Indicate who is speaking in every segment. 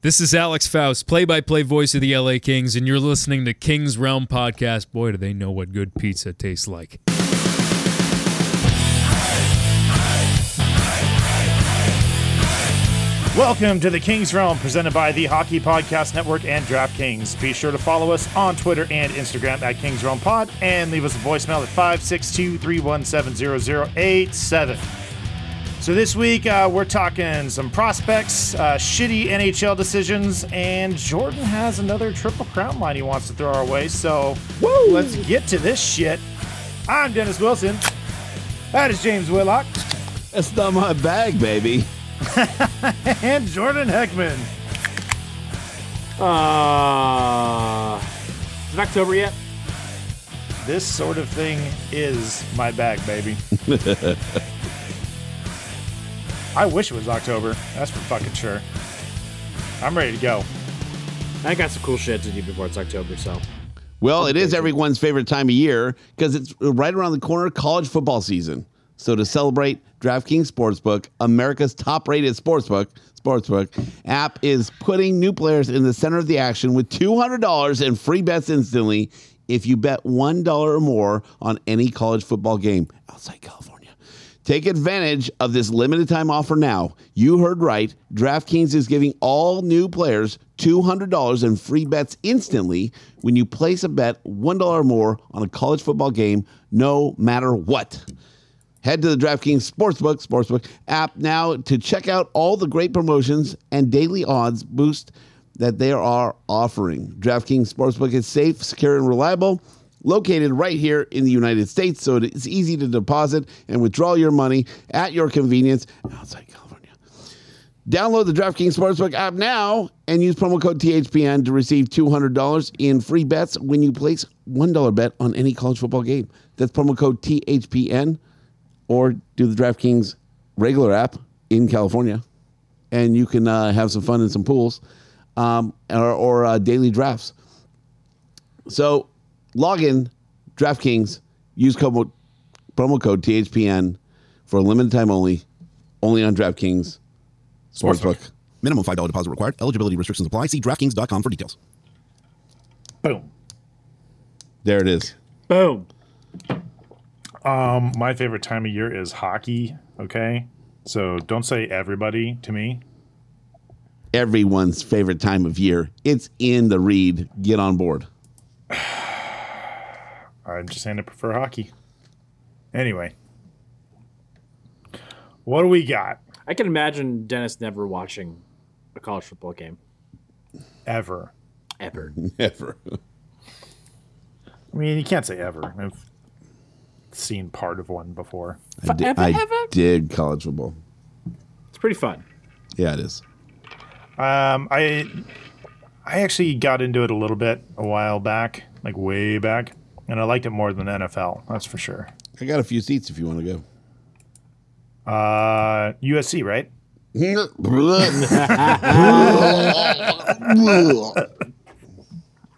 Speaker 1: This is Alex Faust, play by play voice of the LA Kings, and you're listening to Kings Realm Podcast. Boy, do they know what good pizza tastes like.
Speaker 2: Welcome to the King's Realm, presented by the Hockey Podcast Network and DraftKings. Be sure to follow us on Twitter and Instagram at King's Realm Pod and leave us a voicemail at 562 317 0087. So, this week uh, we're talking some prospects, uh, shitty NHL decisions, and Jordan has another Triple Crown line he wants to throw our way. So, let's get to this shit. I'm Dennis Wilson. That is James Whitlock
Speaker 3: That's not my bag, baby.
Speaker 2: and Jordan Heckman.
Speaker 4: Uh, is it October yet?
Speaker 2: This sort of thing is my bag, baby. I wish it was October. That's for fucking sure. I'm ready to go.
Speaker 4: I got some cool shit to do before it's October, so.
Speaker 3: Well, it is everyone's favorite time of year because it's right around the corner, college football season. So to celebrate, DraftKings Sportsbook, America's top-rated sportsbook sportsbook app, is putting new players in the center of the action with two hundred dollars in free bets instantly if you bet one dollar or more on any college football game outside California. Take advantage of this limited time offer now. You heard right. DraftKings is giving all new players $200 in free bets instantly when you place a bet $1 or more on a college football game, no matter what. Head to the DraftKings Sportsbook Sportsbook app now to check out all the great promotions and daily odds boost that they are offering. DraftKings Sportsbook is safe, secure, and reliable. Located right here in the United States, so it's easy to deposit and withdraw your money at your convenience outside California. Download the DraftKings Sportsbook app now and use promo code THPN to receive $200 in free bets when you place $1 bet on any college football game. That's promo code THPN or do the DraftKings regular app in California, and you can uh, have some fun in some pools um, or, or uh, daily drafts. So log in, DraftKings, use code, promo code THPN for a limited time only, only on DraftKings Sportsbook.
Speaker 5: Minimum $5 deposit required. Eligibility restrictions apply. See DraftKings.com for details.
Speaker 2: Boom.
Speaker 3: There it is.
Speaker 4: Boom.
Speaker 2: Um, My favorite time of year is hockey, okay? So don't say everybody to me.
Speaker 3: Everyone's favorite time of year. It's in the read. Get on board.
Speaker 2: I'm just saying I prefer hockey. Anyway, what do we got
Speaker 4: I can imagine Dennis never watching a college football game
Speaker 2: ever?
Speaker 4: ever.
Speaker 3: Never.
Speaker 2: I mean, you can't say ever. I've seen part of one before.
Speaker 3: I did,
Speaker 4: ever,
Speaker 3: I
Speaker 4: ever?
Speaker 3: did college football.
Speaker 4: it's pretty fun.
Speaker 3: Yeah, it is.
Speaker 2: Um, I I actually got into it a little bit a while back, like way back, and I liked it more than NFL. That's for sure.
Speaker 3: I got a few seats if you want to go.
Speaker 2: Uh, USC, right?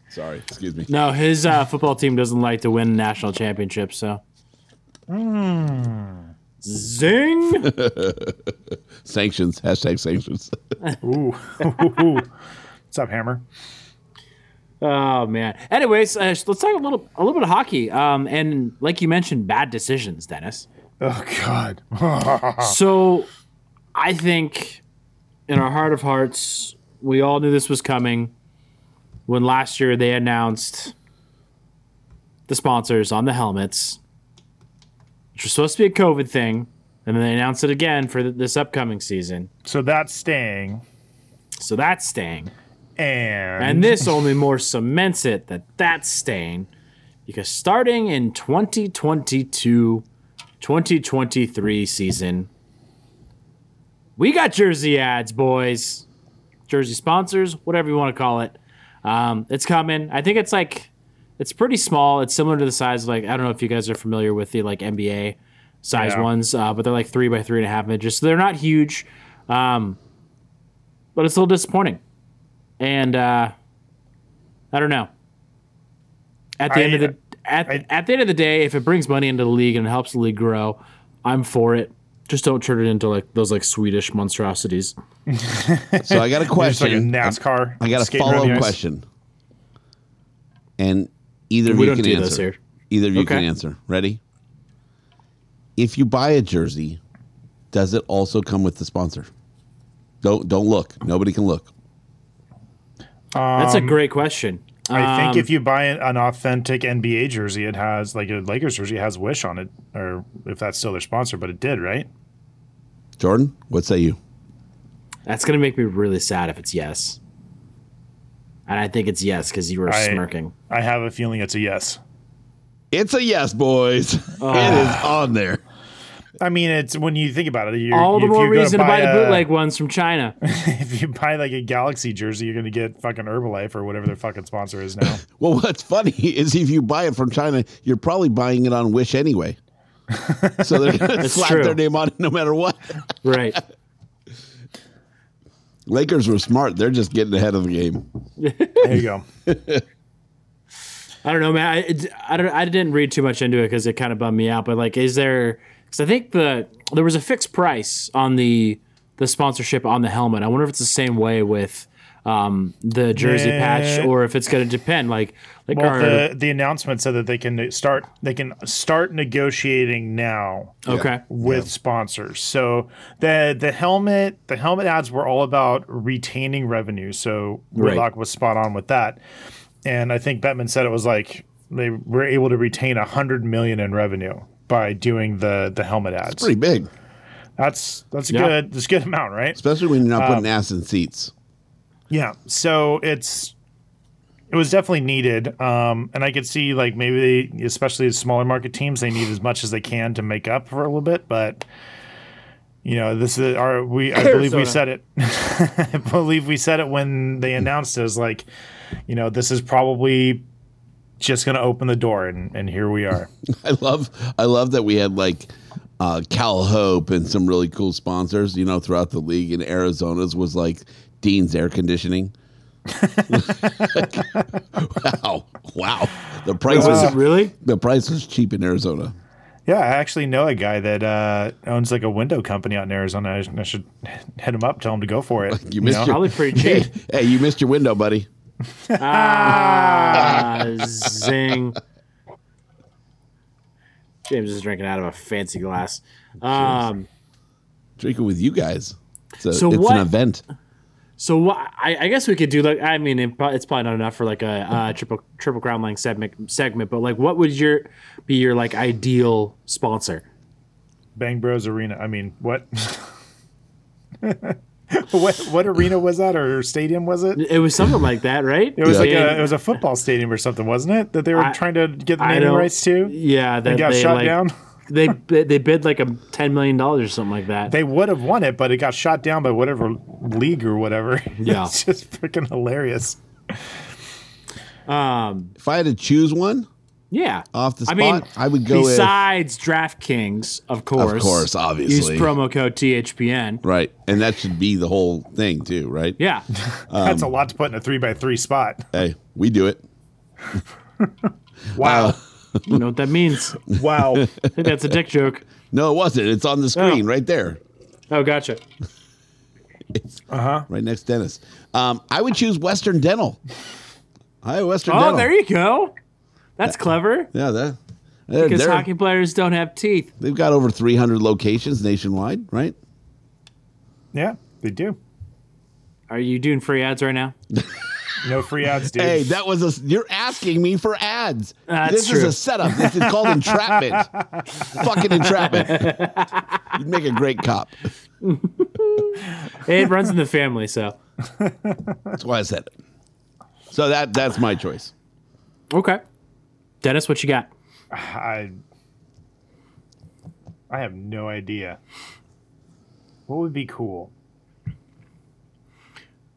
Speaker 3: Sorry, excuse me.
Speaker 4: No, his uh, football team doesn't like to win national championships, so. Zing!
Speaker 3: Sanctions. Hashtag sanctions.
Speaker 2: Ooh, what's up, Hammer?
Speaker 4: oh man. Anyways, uh, let's talk a little a little bit of hockey. Um, and like you mentioned, bad decisions, Dennis.
Speaker 2: Oh God,
Speaker 4: So, I think in our heart of hearts, we all knew this was coming when last year they announced the sponsors on the helmets, which was supposed to be a COVID thing, and then they announced it again for th- this upcoming season.
Speaker 2: So that's staying.
Speaker 4: So that's staying.
Speaker 2: And,
Speaker 4: And this only more cements it that that's staying because starting in 2022 2023 season, we got jersey ads, boys. Jersey sponsors, whatever you want to call it. Um, it's coming. I think it's like, it's pretty small. It's similar to the size of like, I don't know if you guys are familiar with the like NBA size
Speaker 2: Yeah.
Speaker 4: ones, uh, but they're like three by three and a half inches. So they're not huge, um, but it's a little disappointing. And uh, I don't know. At the
Speaker 2: I-
Speaker 4: end of the at,
Speaker 2: I-
Speaker 4: at the end of the day, if it brings money into the league and it helps the league grow, I'm for it. Just don't turn it into like those like Swedish monstrosities.
Speaker 3: So I got a
Speaker 2: it's like a
Speaker 3: question.
Speaker 2: NASCAR.
Speaker 3: I got a
Speaker 2: skating around the
Speaker 3: follow up
Speaker 2: ice.
Speaker 3: question. And either of
Speaker 4: We
Speaker 3: you
Speaker 4: don't
Speaker 3: can
Speaker 4: do
Speaker 3: answer.
Speaker 4: those here.
Speaker 3: Either of you can
Speaker 4: Okay.
Speaker 3: answer. Ready? If you buy a jersey, does it also come with the sponsor? Don't don't look. Nobody can look.
Speaker 4: That's a great question.
Speaker 2: Um, I think
Speaker 4: Um,
Speaker 2: if you buy an an authentic NBA jersey, it has like a Lakers jersey it has Wish on it, or if that's still their sponsor, but it did, right?
Speaker 3: Jordan, what say you?
Speaker 4: that's gonna make me really sad if it's yes. And I think it's yes because you were
Speaker 2: I-
Speaker 4: smirking.
Speaker 2: I have a feeling it's a yes.
Speaker 3: It's a yes, boys. it is
Speaker 4: Ah.
Speaker 3: on there.
Speaker 2: I mean, it's when you think about it, you're,
Speaker 4: All the
Speaker 2: if
Speaker 4: more
Speaker 2: you're gonna
Speaker 4: reason to buy the
Speaker 2: a-
Speaker 4: bootleg ones from China.
Speaker 2: If you buy like a Galaxy jersey, you're going to get fucking Herbalife or whatever their fucking sponsor is now.
Speaker 3: Well, what's funny is if you buy it from China, you're probably buying it on Wish anyway. So they're going to slap
Speaker 4: true.
Speaker 3: their name on it no matter what.
Speaker 4: right.
Speaker 3: Lakers were smart. They're just getting ahead of the game.
Speaker 2: there you go.
Speaker 4: I don't know, man. I, it- I don't. I didn't read too much into it because it kind of bummed me out. But like, is there? Because I think the there was a fixed price on the the sponsorship on the helmet. I wonder if it's the same way with um, the jersey patch,
Speaker 2: Yeah.
Speaker 4: or if it's going to depend. Like, like
Speaker 2: Well,
Speaker 4: our-
Speaker 2: the the announcement said that they can start they can start negotiating now
Speaker 4: okay,
Speaker 2: with sponsors. So the the helmet the helmet ads were all about retaining revenue. So
Speaker 4: Right.
Speaker 2: Whitlock was spot on with that, and I think Bettman said it was like they were able to retain a hundred million in revenue by doing the the helmet ads.
Speaker 3: Pretty big,
Speaker 2: That's that's a
Speaker 4: Yeah.
Speaker 2: good that's a good amount, right?
Speaker 3: especially when
Speaker 4: Uh,
Speaker 3: you're not putting ass in seats.
Speaker 2: Yeah. So it's it was definitely needed, um, and I could see like maybe they, especially the smaller market teams, they need as much as they can to make up for a little bit. But you know, this is our we. I believe we
Speaker 4: Arizona.
Speaker 2: said it. I believe we said it when they announced it. it was like, you know, this is probably just going to open the door, and and here we are.
Speaker 3: I love, I love that we had like uh, Cal Hope and some really cool sponsors, you know, throughout the league. And Arizona's was like Dean's air conditioning. wow, wow! The price
Speaker 4: was it
Speaker 3: was
Speaker 4: really?
Speaker 3: the price was cheap in Arizona.
Speaker 2: Yeah, I actually know a guy that uh, owns like a window company out in Arizona. I, sh- I should hit him up, tell him to go for it.
Speaker 3: You missed
Speaker 2: know?
Speaker 3: your
Speaker 4: Probably pretty cheap.
Speaker 3: hey, you missed your window, buddy.
Speaker 4: Ah, zing. James is drinking out of a fancy glass. Um,
Speaker 3: Drinking with you guys. It's a-
Speaker 4: So
Speaker 3: it's
Speaker 4: what-
Speaker 3: an event.
Speaker 4: So wha- I, I guess we could do like I mean it, pro- it's probably not enough for like a uh, triple triple crown length segment segment, but like what would your be your like ideal sponsor?
Speaker 2: Bang Bros Arena. I mean, what? what what arena was that or stadium was it?
Speaker 4: It was something like that, right?
Speaker 2: It was like
Speaker 4: Yeah.
Speaker 2: a it was a football stadium or something, wasn't it? That they were
Speaker 4: I-
Speaker 2: trying to get the
Speaker 4: I
Speaker 2: naming
Speaker 4: don't-
Speaker 2: rights to.
Speaker 4: yeah that
Speaker 2: They got
Speaker 4: they,
Speaker 2: shot
Speaker 4: like,
Speaker 2: down.
Speaker 4: They bid- they bid like a ten million dollars or something like that.
Speaker 2: They would have won it, but it got shot down by whatever league or whatever.
Speaker 4: Yeah.
Speaker 2: it's just freaking hilarious.
Speaker 3: If I had to choose one,
Speaker 4: yeah,
Speaker 3: Off the
Speaker 4: I mean,
Speaker 3: spot, I would go with-
Speaker 4: besides DraftKings, of course.
Speaker 3: course, obviously.
Speaker 4: Use promo code THPN.
Speaker 3: right, and that should be the whole thing too, right?
Speaker 4: Yeah,
Speaker 2: That's a lot to put in a three by three spot.
Speaker 3: Hey, we do it. Uh,
Speaker 2: Wow,
Speaker 4: you know what that means. I
Speaker 2: wow.
Speaker 4: think that's a dick joke.
Speaker 3: No, it wasn't. It's on the screen
Speaker 4: Oh.
Speaker 3: right there,
Speaker 4: Oh, gotcha.
Speaker 3: right next to Dennis. Um, I would choose Western Dental. Hi, Western
Speaker 4: Oh,
Speaker 3: Dental.
Speaker 4: there you go. That's clever.
Speaker 3: Yeah, that. They're,
Speaker 4: Because
Speaker 3: Uh, they're-
Speaker 4: hockey players don't have teeth.
Speaker 3: they've got over 300 locations nationwide, right?
Speaker 2: yeah, they do.
Speaker 4: Are you doing free ads right now?
Speaker 2: No free ads, dude.
Speaker 3: Hey, that was a. s- You're asking me for ads.
Speaker 4: That's
Speaker 3: this is
Speaker 4: true.
Speaker 3: a setup. This is called entrapment. Fucking entrapment. You'd make a great cop.
Speaker 4: It runs in the family, so
Speaker 3: That's why I said it. So that that's my choice.
Speaker 4: okay. Dennis, what you got?
Speaker 2: I I have no idea. What would be cool?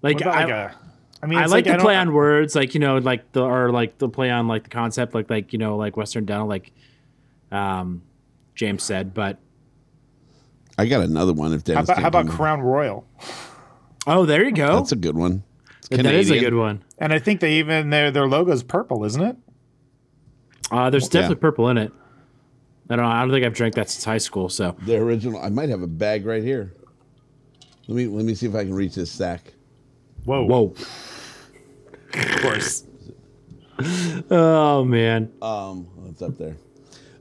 Speaker 4: Like,
Speaker 2: What about
Speaker 4: I,
Speaker 2: like a- I mean,
Speaker 4: I
Speaker 2: it's
Speaker 4: like,
Speaker 2: I
Speaker 4: the
Speaker 2: don't-
Speaker 4: play on words, like you know, like the or like the play on like the concept, like like you know, like Western Dental, like um, James said. But
Speaker 3: I got another one. If
Speaker 2: How
Speaker 3: Dennis,
Speaker 2: about, how
Speaker 3: can't
Speaker 2: about
Speaker 3: come up.
Speaker 2: Crown Royal?
Speaker 4: oh, there you go.
Speaker 3: That's a good one. It's
Speaker 4: that is a
Speaker 3: Canadian.
Speaker 4: good one.
Speaker 2: And I think they even their their logo's purple, isn't it?
Speaker 4: Uh, there's definitely purple in it. I don't. know. I don't think I've drank that since high school. So
Speaker 3: The original. I might have a bag right here. Let me let me see if I can reach this sack.
Speaker 2: Whoa,
Speaker 4: whoa.
Speaker 2: of course.
Speaker 4: Oh man.
Speaker 3: Um, it's up there.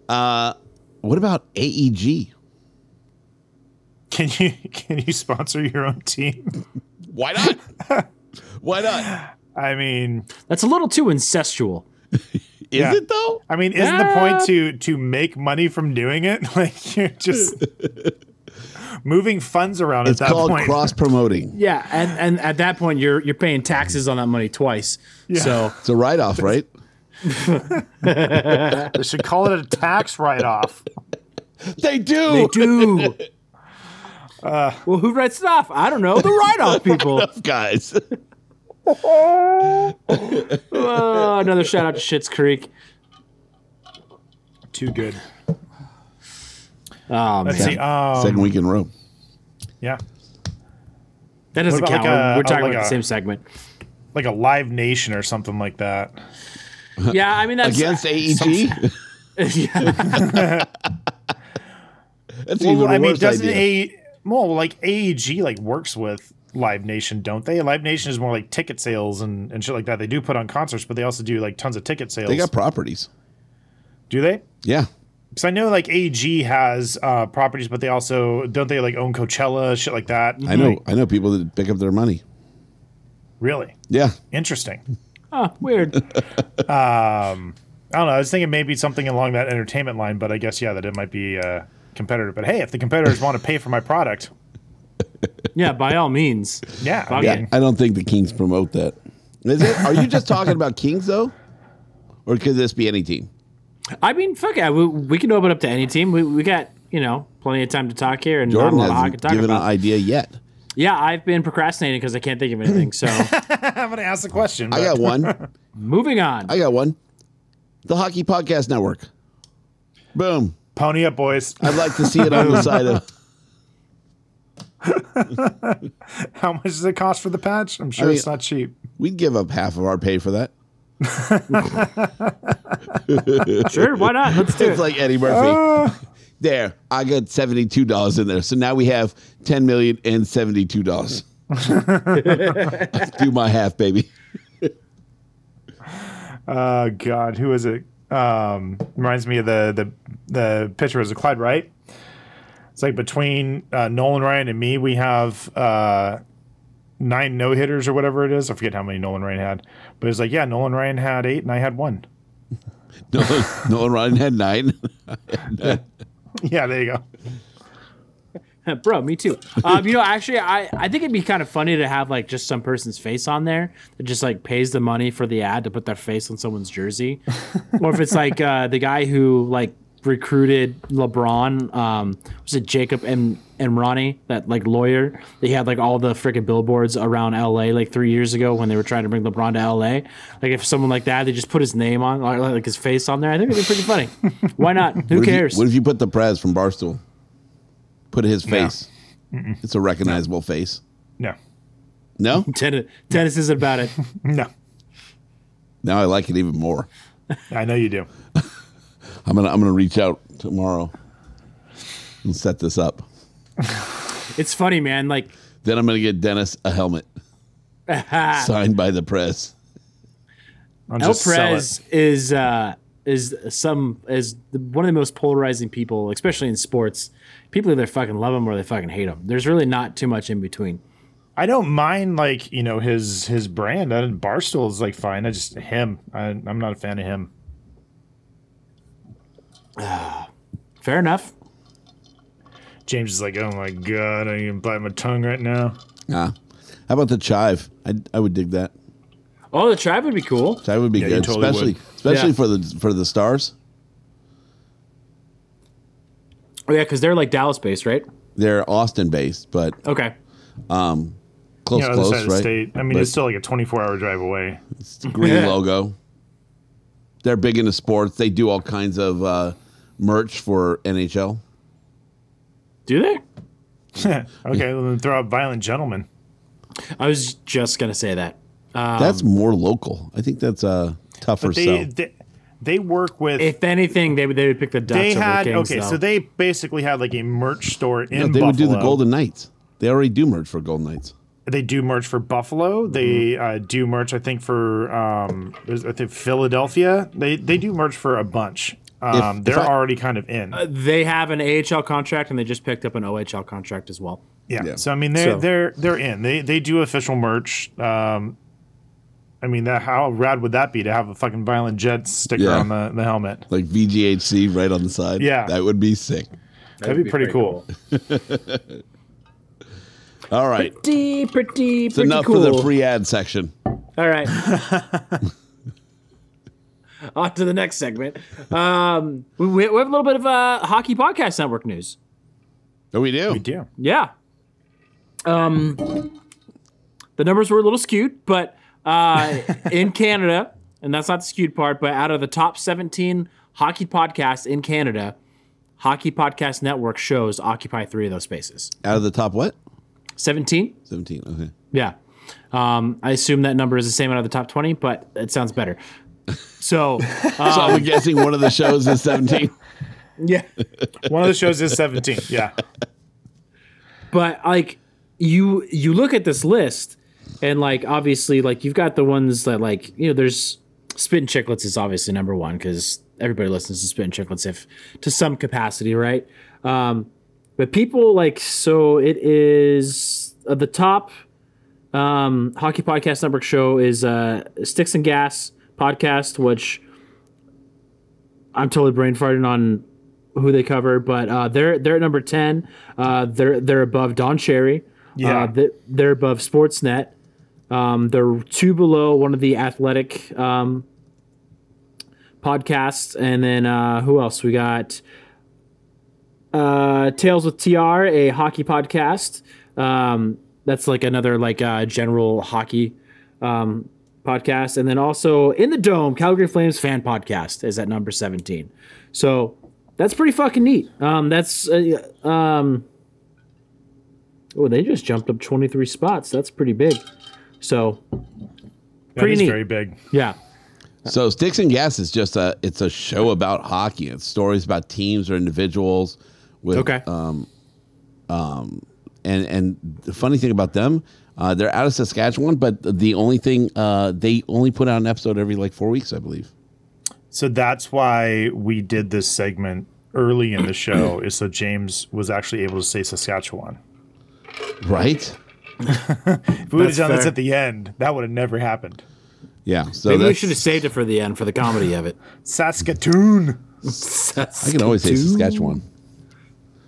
Speaker 3: Uh, what about E AEG?
Speaker 2: Can you can you sponsor your own team?
Speaker 3: Why not? Why not?
Speaker 2: I mean,
Speaker 4: That's a little too incestual. Ah.
Speaker 3: Is
Speaker 2: Yeah.
Speaker 3: it though?
Speaker 2: I mean, isn't the point to to make money from doing it? Like you're just moving funds around
Speaker 3: It's
Speaker 2: at that
Speaker 3: called
Speaker 2: point.
Speaker 3: cross promoting.
Speaker 4: Yeah, and, and at that point you're you're paying taxes on that money twice. So
Speaker 3: It's a write off, right?
Speaker 2: they should call it a tax write off.
Speaker 3: They do.
Speaker 4: they do.
Speaker 2: Uh,
Speaker 4: well, who writes it off? I don't know. The write-off people.
Speaker 3: guys.
Speaker 2: Um,
Speaker 4: Oh, another shout out to Shits Creek.
Speaker 2: Too good.
Speaker 4: Oh,
Speaker 2: Let's see. Um,
Speaker 3: Second week in a row.
Speaker 2: yeah,
Speaker 4: That doesn't
Speaker 2: What about
Speaker 4: count.
Speaker 2: like a- uh,
Speaker 4: We're talking
Speaker 2: like
Speaker 4: about the
Speaker 2: a-
Speaker 4: same segment.
Speaker 2: like a Live Nation or something like that.
Speaker 4: Yeah, I mean that's
Speaker 3: Against E AEG?
Speaker 4: yeah.
Speaker 3: That's
Speaker 2: Well,
Speaker 3: even
Speaker 2: I mean,
Speaker 3: worse
Speaker 2: doesn't
Speaker 3: idea.
Speaker 2: a E well like AEG like works with Live Nation, don't they? Live Nation is more like ticket sales and and shit like that. They do put on concerts, but they also do like tons of ticket sales.
Speaker 3: they got properties.
Speaker 2: do they?
Speaker 3: Yeah.
Speaker 2: Because I know like AEG has uh, properties, but they also don't they like own Coachella, shit like that. Mm-hmm.
Speaker 3: I know. I know people that pick up their money.
Speaker 2: Really
Speaker 3: Yeah.
Speaker 2: interesting. Um,
Speaker 4: Huh, weird.
Speaker 2: I don't know. I was thinking maybe something along that entertainment line, but I guess yeah, that it might be a competitor. But hey, if the competitors want to pay for my product,
Speaker 4: Yeah, by all means.
Speaker 2: yeah, I
Speaker 4: Fuck
Speaker 2: mean,
Speaker 3: Yeah. I don't think the Kings promote that. Is it? Are you just talking about Kings though? Or could this be any team?
Speaker 4: I mean, fuck it. We, we can open up to any team. We, we got you know plenty of time to talk here and
Speaker 3: Jordan
Speaker 4: not a lot of hockey
Speaker 3: hasn't
Speaker 4: to talk
Speaker 3: given
Speaker 4: about.
Speaker 3: an idea yet.
Speaker 4: yeah, I've been procrastinating because I can't think of anything. So
Speaker 2: I'm gonna ask the question.
Speaker 3: I
Speaker 2: but-
Speaker 3: got one.
Speaker 4: moving on.
Speaker 3: I got one. The Hockey Podcast Network. Boom.
Speaker 2: pony up, boys.
Speaker 3: I'd like to see it on the side of.
Speaker 2: How much does it cost for the patch? I'm sure
Speaker 3: I mean-
Speaker 2: it's not cheap.
Speaker 3: We'd give up half of our pay for that.
Speaker 4: Sure, why not? Let's do
Speaker 3: It's
Speaker 4: it.
Speaker 3: like Eddie Murphy. there, I got seventy-two dollars in there, so now we have ten million and seventy-two dollars. Do my half, baby.
Speaker 2: Oh God, who is it? Um, reminds me of the the the picture was a Clyde Wright. It's like between uh, Nolan Ryan and me, we have uh, nine no hitters or whatever it is. I forget how many Nolan Ryan had, but it's like yeah, Nolan Ryan had eight and I had one.
Speaker 3: No, no one running had nine.
Speaker 2: Yeah, there you go.
Speaker 4: Bro, me too. Um, you know, actually, I, I think it'd be kind of funny to have like just some person's face on there that just like pays the money for the ad to put their face on someone's jersey, or if it's like uh, the guy who like recruited LeBron, um, was it Jacob M. and Ronnie, that like lawyer? They had like all the freaking billboards around L.A. like three years ago when they were trying to bring LeBron to L.A. Like if someone like that, they just put his name on, like, like his face on there. I think it'd be pretty funny. Why not? Who
Speaker 3: What if you-
Speaker 4: cares?
Speaker 3: what if you put the Prez from Barstool? Put his face. It's a recognizable face.
Speaker 2: No,
Speaker 3: No,
Speaker 4: Dennis, Dennis isn't about it.
Speaker 2: no,
Speaker 3: now I like it even more.
Speaker 2: I know you do.
Speaker 3: I'm gonna I'm gonna reach out tomorrow and set this up.
Speaker 4: It's funny, man. Like,
Speaker 3: Then I'm gonna get Dennis a helmet signed by the press.
Speaker 2: I'll
Speaker 4: El
Speaker 2: just sell it.
Speaker 4: Prez is uh, is some is the, one of the most polarizing people, especially in sports. People either fucking love him or they fucking hate him. There's really not too much in between.
Speaker 2: I don't mind like you know his his brand. I, Barstool is like fine. I just him. I, I'm not a fan of him.
Speaker 4: Fair enough.
Speaker 2: James is like, oh my god, I can bite my tongue right now.
Speaker 3: Nah. How about the chive? I, I would dig that.
Speaker 4: Oh, the tribe would be cool.
Speaker 3: Chive would be
Speaker 2: Yeah, you
Speaker 3: good,
Speaker 2: totally
Speaker 3: especially
Speaker 2: would.
Speaker 3: especially
Speaker 4: Yeah.
Speaker 3: for the for the stars.
Speaker 4: Oh, yeah, because they're like Dallas based, right?
Speaker 3: They're Austin based, but
Speaker 4: Okay.
Speaker 3: close,
Speaker 2: You know, other
Speaker 3: close,
Speaker 2: side of the
Speaker 3: right?
Speaker 2: state. I mean,
Speaker 3: But
Speaker 2: it's still like a 24 hour drive away.
Speaker 3: green logo. They're big into sports. They do all kinds of uh, merch for NHL.
Speaker 4: Do they?
Speaker 2: Okay, well, then throw out violent gentlemen.
Speaker 4: I was just gonna say that.
Speaker 3: that's more local. I think that's uh, tougher
Speaker 2: They,
Speaker 3: sell.
Speaker 2: they they work with.
Speaker 4: If anything, they would they would pick the Ducks
Speaker 2: they
Speaker 4: over
Speaker 2: had
Speaker 4: the Kings.
Speaker 2: okay,
Speaker 4: though.
Speaker 2: so they basically had like a merch store in
Speaker 3: No, Uh, they
Speaker 2: Buffalo.
Speaker 3: would do the Golden Knights. They already do merch for Golden Knights.
Speaker 2: They do merch for Buffalo. They uh, do merch, I think, for um, is- I think Philadelphia. They they do merch for a bunch. Um,
Speaker 3: if
Speaker 2: they're
Speaker 3: I-
Speaker 2: already kind of in.
Speaker 4: they have an AHL contract and they just picked up an OHL contract as well.
Speaker 2: yeah.
Speaker 3: yeah.
Speaker 2: So I mean, they're
Speaker 4: So-
Speaker 2: they're they're in. They they do official merch. Um, I mean, that how rad would that be to have a fucking violent jet sticker
Speaker 3: Yeah.
Speaker 2: on the, the helmet?
Speaker 3: Like VGHC right on the side.
Speaker 2: Yeah.
Speaker 3: That would be sick.
Speaker 2: That'd, be, pretty, cool.
Speaker 3: All right.
Speaker 4: Pretty, pretty,
Speaker 3: It's enough
Speaker 4: cool.
Speaker 3: for the free ad section.
Speaker 4: All right. On to the next segment. Um, we, we have a little bit of uh, hockey podcast network news.
Speaker 3: Oh, we do.
Speaker 2: We do.
Speaker 4: Yeah. Um, the numbers were a little skewed, but uh, in Canada, and that's not the skewed part, but out of the top 17 hockey podcasts in Canada, Hockey Podcast Network shows occupy three of those spaces.
Speaker 3: Out of the top what?
Speaker 4: 17?
Speaker 3: 17. Okay.
Speaker 4: Yeah. Um, I assume that number is the same out of the top 20, but it sounds better. So, uh,
Speaker 3: So I'm guessing one of the shows is 17.
Speaker 4: yeah.
Speaker 2: One of the shows is 17. Yeah.
Speaker 4: but like you you look at this list and like obviously like you've got the ones that like you know there's spit and chicklets is obviously number one because everybody listens to spit and chicklets if to some capacity right um but people like so it is uh, the top um hockey podcast network show is uh sticks and gas podcast which i'm totally brain farting on who they cover, but uh, they're they're at number ten. Uh, they're they're above Don Cherry.
Speaker 2: Yeah.
Speaker 4: Uh, th- they're above Sportsnet. Um, they're two below one of the athletic um, podcasts, and then uh, who else? We got uh, Tales with TR, a hockey podcast. Um, that's like another like uh, general hockey um, podcast, and then also in the Dome, Calgary Flames fan podcast is at number seventeen. So that's pretty fucking neat. Um, that's uh, um, oh, they just jumped up twenty three spots. That's pretty big. So
Speaker 2: That
Speaker 4: Pretty
Speaker 2: is
Speaker 4: neat.
Speaker 2: very big.
Speaker 4: yeah,
Speaker 3: So Sticks and Gas is just a it's a show about hockey. It's stories about teams or individuals with
Speaker 4: Okay.
Speaker 3: um um and and the funny thing about them, uh, they're out of Saskatchewan, but the only thing uh, they only put out an episode every like four weeks, I believe.
Speaker 2: So that's why we did this segment early in the show, is so James was actually able to say Saskatchewan.
Speaker 3: Right?
Speaker 2: If we would have
Speaker 4: That's
Speaker 2: done this
Speaker 4: fair.
Speaker 2: at the end, that would have never happened.
Speaker 3: Yeah. So
Speaker 4: maybe we
Speaker 3: that's-
Speaker 4: should have saved it for the end for the comedy of it.
Speaker 2: Saskatoon.
Speaker 3: I can always say Saskatchewan.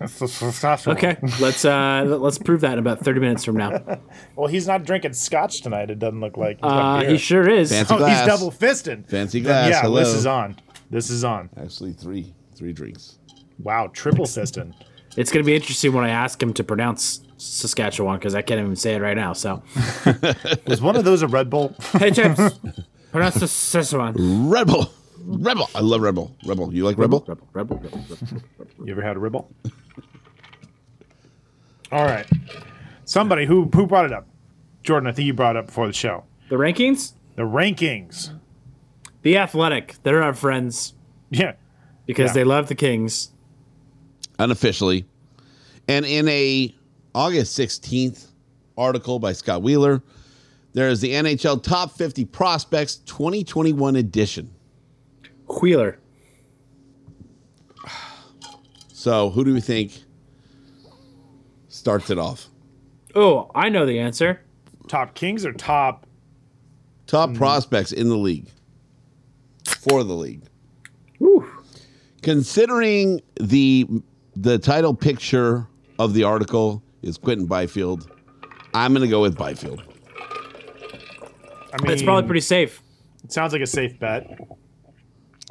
Speaker 2: That's S- Saskatchewan.
Speaker 4: Okay, let's uh, let's prove that in about thirty minutes from now.
Speaker 2: Well, he's not drinking scotch tonight, it doesn't look like. He's got
Speaker 4: Uh,
Speaker 2: beer.
Speaker 4: he sure is.
Speaker 3: Fancy
Speaker 2: oh,
Speaker 3: glass.
Speaker 2: he's double fisting.
Speaker 3: Fancy
Speaker 2: Then,
Speaker 3: glass,
Speaker 2: Yeah, this
Speaker 3: hello.
Speaker 2: is on. This is on.
Speaker 3: Actually three. Three drinks.
Speaker 2: Wow, triple fisting.
Speaker 4: It's gonna be interesting when I ask him to pronounce Saskatchewan because I can't even say it right now. So,
Speaker 2: Was one of those a Red Bull?
Speaker 4: hey James, pronounce Saskatchewan.
Speaker 3: Rebel. Rebel. I love Rebel. Rebel. You like Rebel?
Speaker 4: Rebel, rebel, rebel, rebel.
Speaker 2: You ever had a ribble? All right. Somebody who who brought it up, Jordan. I think you brought it up before the show.
Speaker 4: The rankings,
Speaker 2: The rankings.
Speaker 4: the Athletic, they're our friends
Speaker 2: Yeah.
Speaker 4: because
Speaker 2: Yeah.
Speaker 4: they love the Kings.
Speaker 3: unofficially. And in a August 16th article by Scott Wheeler, there is the NHL Top 50 Prospects 2021 edition.
Speaker 4: Wheeler,
Speaker 3: So, who do we think starts it off?
Speaker 4: Oh, I know the answer.
Speaker 2: Top Kings or top?
Speaker 3: Top prospects in the league for the league. Considering the the title picture of the article is Quentin Byfield, I'm going to go with Byfield.
Speaker 2: I mean,
Speaker 4: That's probably pretty safe.
Speaker 2: It sounds like a safe bet.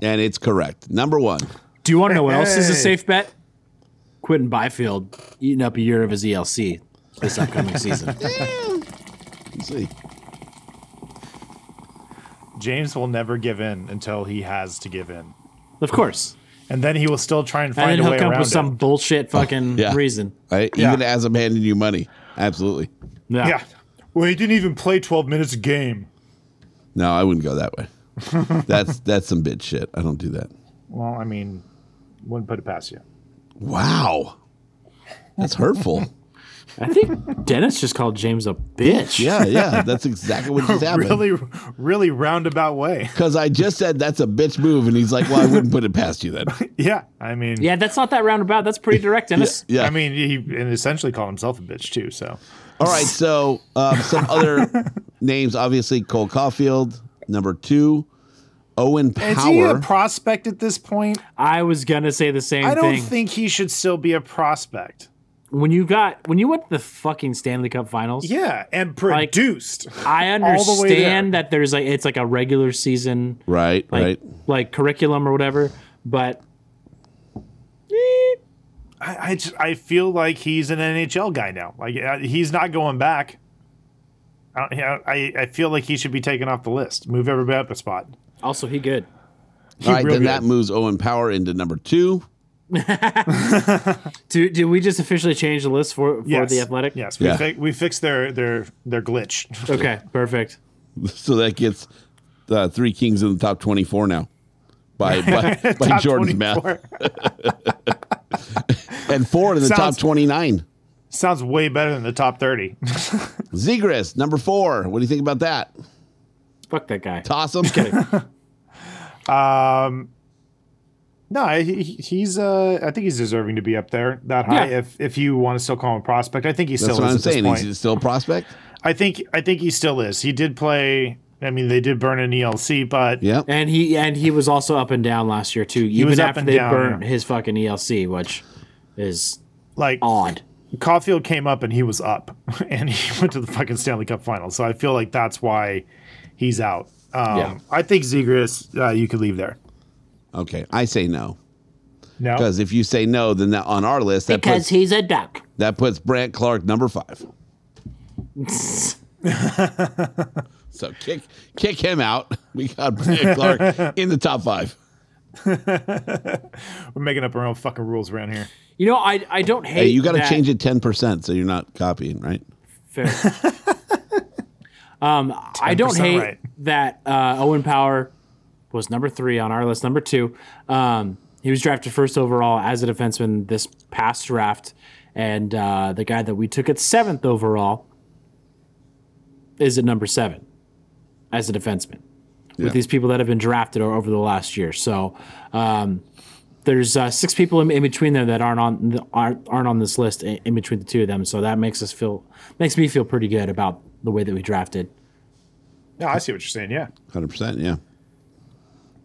Speaker 3: And it's correct. Number 1.
Speaker 4: Do you want to know what else is a
Speaker 2: Hey.
Speaker 4: safe bet? Quentin Byfield eating up a year of his ELC this upcoming season.
Speaker 3: Let's see.
Speaker 2: James will never give in until he has to give in,
Speaker 4: of course.
Speaker 2: and then he will still try and
Speaker 4: And
Speaker 2: find
Speaker 4: then
Speaker 2: a way
Speaker 4: he'll come
Speaker 2: around
Speaker 4: up with
Speaker 2: it.
Speaker 4: some bullshit fucking
Speaker 3: Yeah.
Speaker 4: reason.
Speaker 3: Right?
Speaker 2: Yeah.
Speaker 3: Even as I'm handing you money. Absolutely.
Speaker 4: Yeah.
Speaker 2: Yeah. Well, he didn't even play 12 minutes a game.
Speaker 3: No, I wouldn't go that way. that's that's some bitch shit. I don't do that.
Speaker 2: Well, I mean, wouldn't put it past you.
Speaker 3: Wow. That's hurtful.
Speaker 4: I think Dennis just called James a bitch.
Speaker 3: yeah, yeah. That's exactly what just happened.
Speaker 2: Really, really roundabout way.
Speaker 3: Because I just said that's a bitch move, and he's like, "Well, I wouldn't put it past you then."
Speaker 2: yeah. I mean,
Speaker 4: Yeah, that's not that roundabout. That's pretty direct, Dennis.
Speaker 3: Yeah.
Speaker 2: I mean, he and essentially called himself a bitch too. So
Speaker 3: All right. So um, some other names, obviously, Cole Caulfield, number two, Owen Power.
Speaker 2: is he a prospect at this point?
Speaker 4: I was gonna say the same
Speaker 2: I don't
Speaker 4: thing.
Speaker 2: think he should still be a prospect.
Speaker 4: when you got when you went to the fucking Stanley Cup Finals,
Speaker 2: Yeah, and produced.
Speaker 4: I
Speaker 2: All the way there.
Speaker 4: understand that there's like it's like a regular season
Speaker 3: right.
Speaker 4: like
Speaker 3: right.
Speaker 4: like curriculum or whatever, but
Speaker 2: I, I, just, I feel like he's an NHL guy now. Like uh, he's not going back. I, don't- I, I feel like he should be taken off the list. Move everybody up a spot.
Speaker 4: also he good.
Speaker 3: All right.
Speaker 2: real
Speaker 3: Then
Speaker 2: good.
Speaker 3: that moves Owen Power into number two.
Speaker 4: Do do we just officially change the list for for
Speaker 2: Yes.
Speaker 4: the athletic?
Speaker 2: Yes, we,
Speaker 3: Yeah.
Speaker 2: fi- we fixed their their their glitch.
Speaker 4: Okay, perfect.
Speaker 3: So that gets uh, three Kings in the top twenty-four now. By by, by
Speaker 2: Top
Speaker 3: Jordan's
Speaker 2: 24.
Speaker 3: math, and Ford in the top
Speaker 2: Sounds-
Speaker 3: twenty-nine.
Speaker 2: Sounds way better than the top thirty.
Speaker 3: Zegras, number four. What do you think about that?
Speaker 4: Fuck that guy.
Speaker 3: Toss him.
Speaker 2: No, he, he- he's. Uh, I think he's deserving to be up there that high.
Speaker 4: Yeah.
Speaker 2: If if you want to still call him a prospect, I think he still
Speaker 3: That's what
Speaker 2: is
Speaker 3: I'm
Speaker 2: at this
Speaker 3: saying.
Speaker 2: point.
Speaker 3: He's still a prospect.
Speaker 2: I think I think he still is. He did play. I mean, they did burn an ELC, but
Speaker 3: Yeah.
Speaker 4: And he and he was also up and down last year too. even
Speaker 2: was up
Speaker 4: after
Speaker 2: and
Speaker 4: they
Speaker 2: down,
Speaker 4: burnt
Speaker 2: yeah.
Speaker 4: his fucking ELC, which is
Speaker 2: like
Speaker 4: odd.
Speaker 2: Caulfield came up and he was up, and he went to the fucking Stanley Cup final. So I feel like that's why he's out. Um,
Speaker 4: Yeah.
Speaker 2: I think Zegras, uh, you could leave there.
Speaker 3: Okay. I say no.
Speaker 2: No,
Speaker 3: Because if you say no, then that, on our list, that puts,
Speaker 4: he's a duck.
Speaker 3: that puts Brant Clark number five. So kick kick him out. We got Brant Clark in the top five.
Speaker 2: we're making up our own fucking rules around here.
Speaker 4: You know, I I don't hate.
Speaker 3: Hey, you got to
Speaker 4: that-
Speaker 3: change it 10% so you're not copying, right?
Speaker 4: Fair. um, I don't
Speaker 2: 10%
Speaker 4: hate
Speaker 2: right.
Speaker 4: that uh, Owen Power was number three on our list. Number two, um, he was drafted first overall as a defenseman this past draft, and uh, the guy that we took at seventh overall is at number seven as a defenseman.
Speaker 3: Yeah.
Speaker 4: With these people that have been drafted o- over the last year, so um, there's uh, six people in, in between there that aren't on the, aren't, aren't on this list in, in between the two of them. So that makes us feel makes me feel pretty good about the way that we drafted.
Speaker 2: No, I see what you're saying. Yeah,
Speaker 3: 100%. Yeah.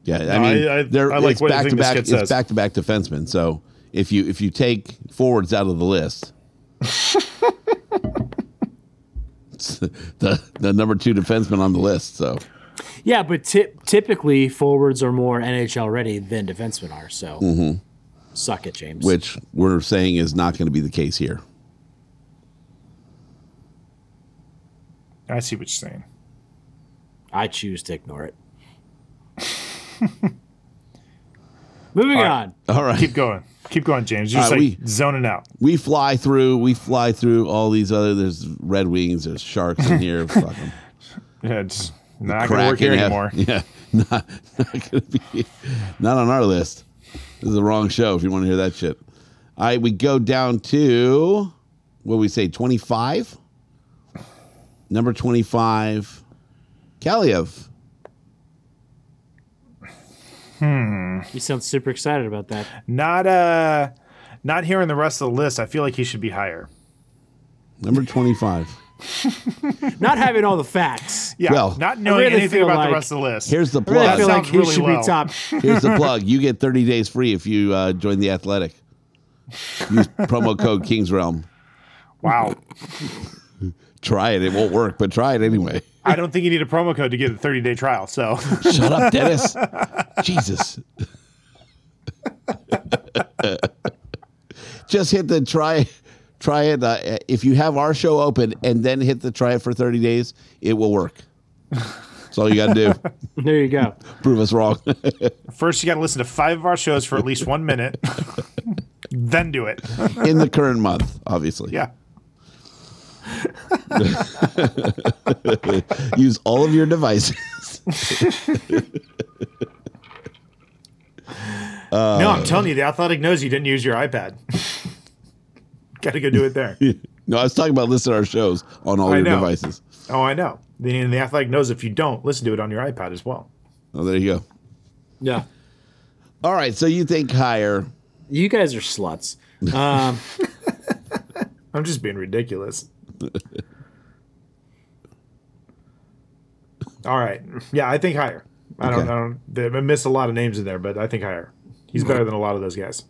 Speaker 3: Yeah. I
Speaker 2: No,
Speaker 3: mean,
Speaker 2: I- I-
Speaker 3: they're,
Speaker 2: I like
Speaker 3: it's
Speaker 2: what I
Speaker 3: back
Speaker 2: think
Speaker 3: to
Speaker 2: this
Speaker 3: back.
Speaker 2: kid
Speaker 3: It's
Speaker 2: says.
Speaker 3: back to back defensemen. So if you if you take forwards out of the list, it's the the number two defenseman on the list. So
Speaker 4: Yeah, but ty- typically forwards are more NHL ready than defensemen are. So
Speaker 3: Mm-hmm.
Speaker 4: suck it, James.
Speaker 3: which we're saying is not going to be the case here.
Speaker 2: I see what you're saying.
Speaker 4: I choose to ignore it. Moving on.
Speaker 3: All right.
Speaker 2: Keep going, keep going, James. You're just
Speaker 3: All right,
Speaker 2: like zoning out.
Speaker 3: we fly through, we fly through all these other. There's Red Wings, there's Sharks in here. Fuck 'em.
Speaker 2: Yeah, it's not gonna work here
Speaker 3: Kraken,
Speaker 2: anymore.
Speaker 3: Yeah, not, not gonna be, not on our list. This is the wrong show if you want to hear that shit. All right, we go down to what we say, twenty five. Number twenty five, Kaliev.
Speaker 4: You sound super excited about that.
Speaker 2: Not uh, not hearing the rest of the list. I feel like he should be higher.
Speaker 3: Number 25.
Speaker 4: Not having all the facts.
Speaker 2: Yeah,
Speaker 3: Well,
Speaker 2: not
Speaker 3: I
Speaker 2: knowing
Speaker 4: really
Speaker 2: anything
Speaker 4: feel
Speaker 2: about the
Speaker 4: like-
Speaker 2: rest of the list.
Speaker 3: Here's the
Speaker 4: I really
Speaker 3: plug.
Speaker 4: feel
Speaker 2: That
Speaker 4: like
Speaker 2: sounds
Speaker 4: he
Speaker 2: really
Speaker 4: should
Speaker 2: well.
Speaker 4: be top.
Speaker 3: Here's the plug. You get 30 days free if you uh, join the athletic. Use promo code Kings Realm.
Speaker 2: Wow.
Speaker 3: Try it. It won't work, but try it anyway.
Speaker 2: I don't think you need a promo code to get a 30 day trial. So
Speaker 3: Shut up, Dennis. Jesus. Just hit the try try it uh, if you have our show open and then hit the try it for 30 days, it will work. That's all you got to do.
Speaker 4: There you go.
Speaker 3: Prove us wrong.
Speaker 2: first, you got to listen to five of our shows for at least one minute, then do it.
Speaker 3: In the current month, obviously.
Speaker 2: Yeah.
Speaker 3: Use all of your devices.
Speaker 2: no, I'm telling you, the athletic knows you didn't use your iPad. got to go do it there.
Speaker 3: no, I was talking about listing our shows on all
Speaker 2: I
Speaker 3: your
Speaker 2: know.
Speaker 3: devices.
Speaker 2: Oh, I know. The, and the athletic knows if you don't, listen to it on your iPad as well.
Speaker 3: Oh, there you go.
Speaker 4: Yeah.
Speaker 3: All right, so you think higher.
Speaker 4: You guys are sluts. Um,
Speaker 2: I'm just being ridiculous. All right. Yeah, I think higher. I don't
Speaker 3: Okay.
Speaker 2: know. I missed a lot of names in there, but I think higher. He's better than a lot of those guys.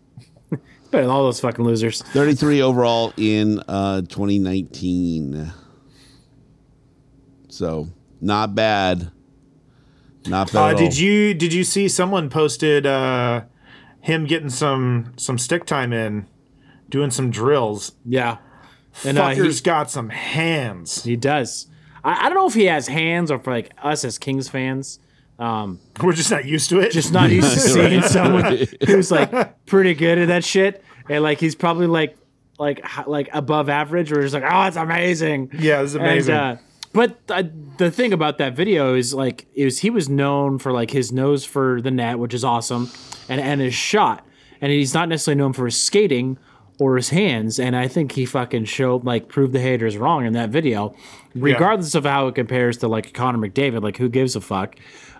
Speaker 4: Better than all those fucking losers.
Speaker 3: 33 overall in uh, 2019. So not bad. Not bad.
Speaker 2: Uh,
Speaker 3: at
Speaker 2: did
Speaker 3: all.
Speaker 2: you did you see someone posted uh, him getting some some stick time in, doing some drills?
Speaker 4: Yeah. And uh,
Speaker 2: Fucker's
Speaker 4: he,
Speaker 2: got some hands.
Speaker 4: he does. I, I don't know if he has hands or for like us as Kings fans.
Speaker 2: We're just not used to it.
Speaker 4: Just not used to seeing someone who's like pretty good at that shit, and like he's probably like like h- like above average, or just like oh, it's amazing.
Speaker 2: Yeah, it's
Speaker 4: And,
Speaker 2: amazing.
Speaker 4: uh, but th- the thing about that video is like is he was known for like his nose for the net, which is awesome, and and his shot, and he's not necessarily known for his skating or his hands. And I think he fucking showed like proved the haters wrong in that video, regardless of how it compares to like Connor McDavid. Like who gives a fuck?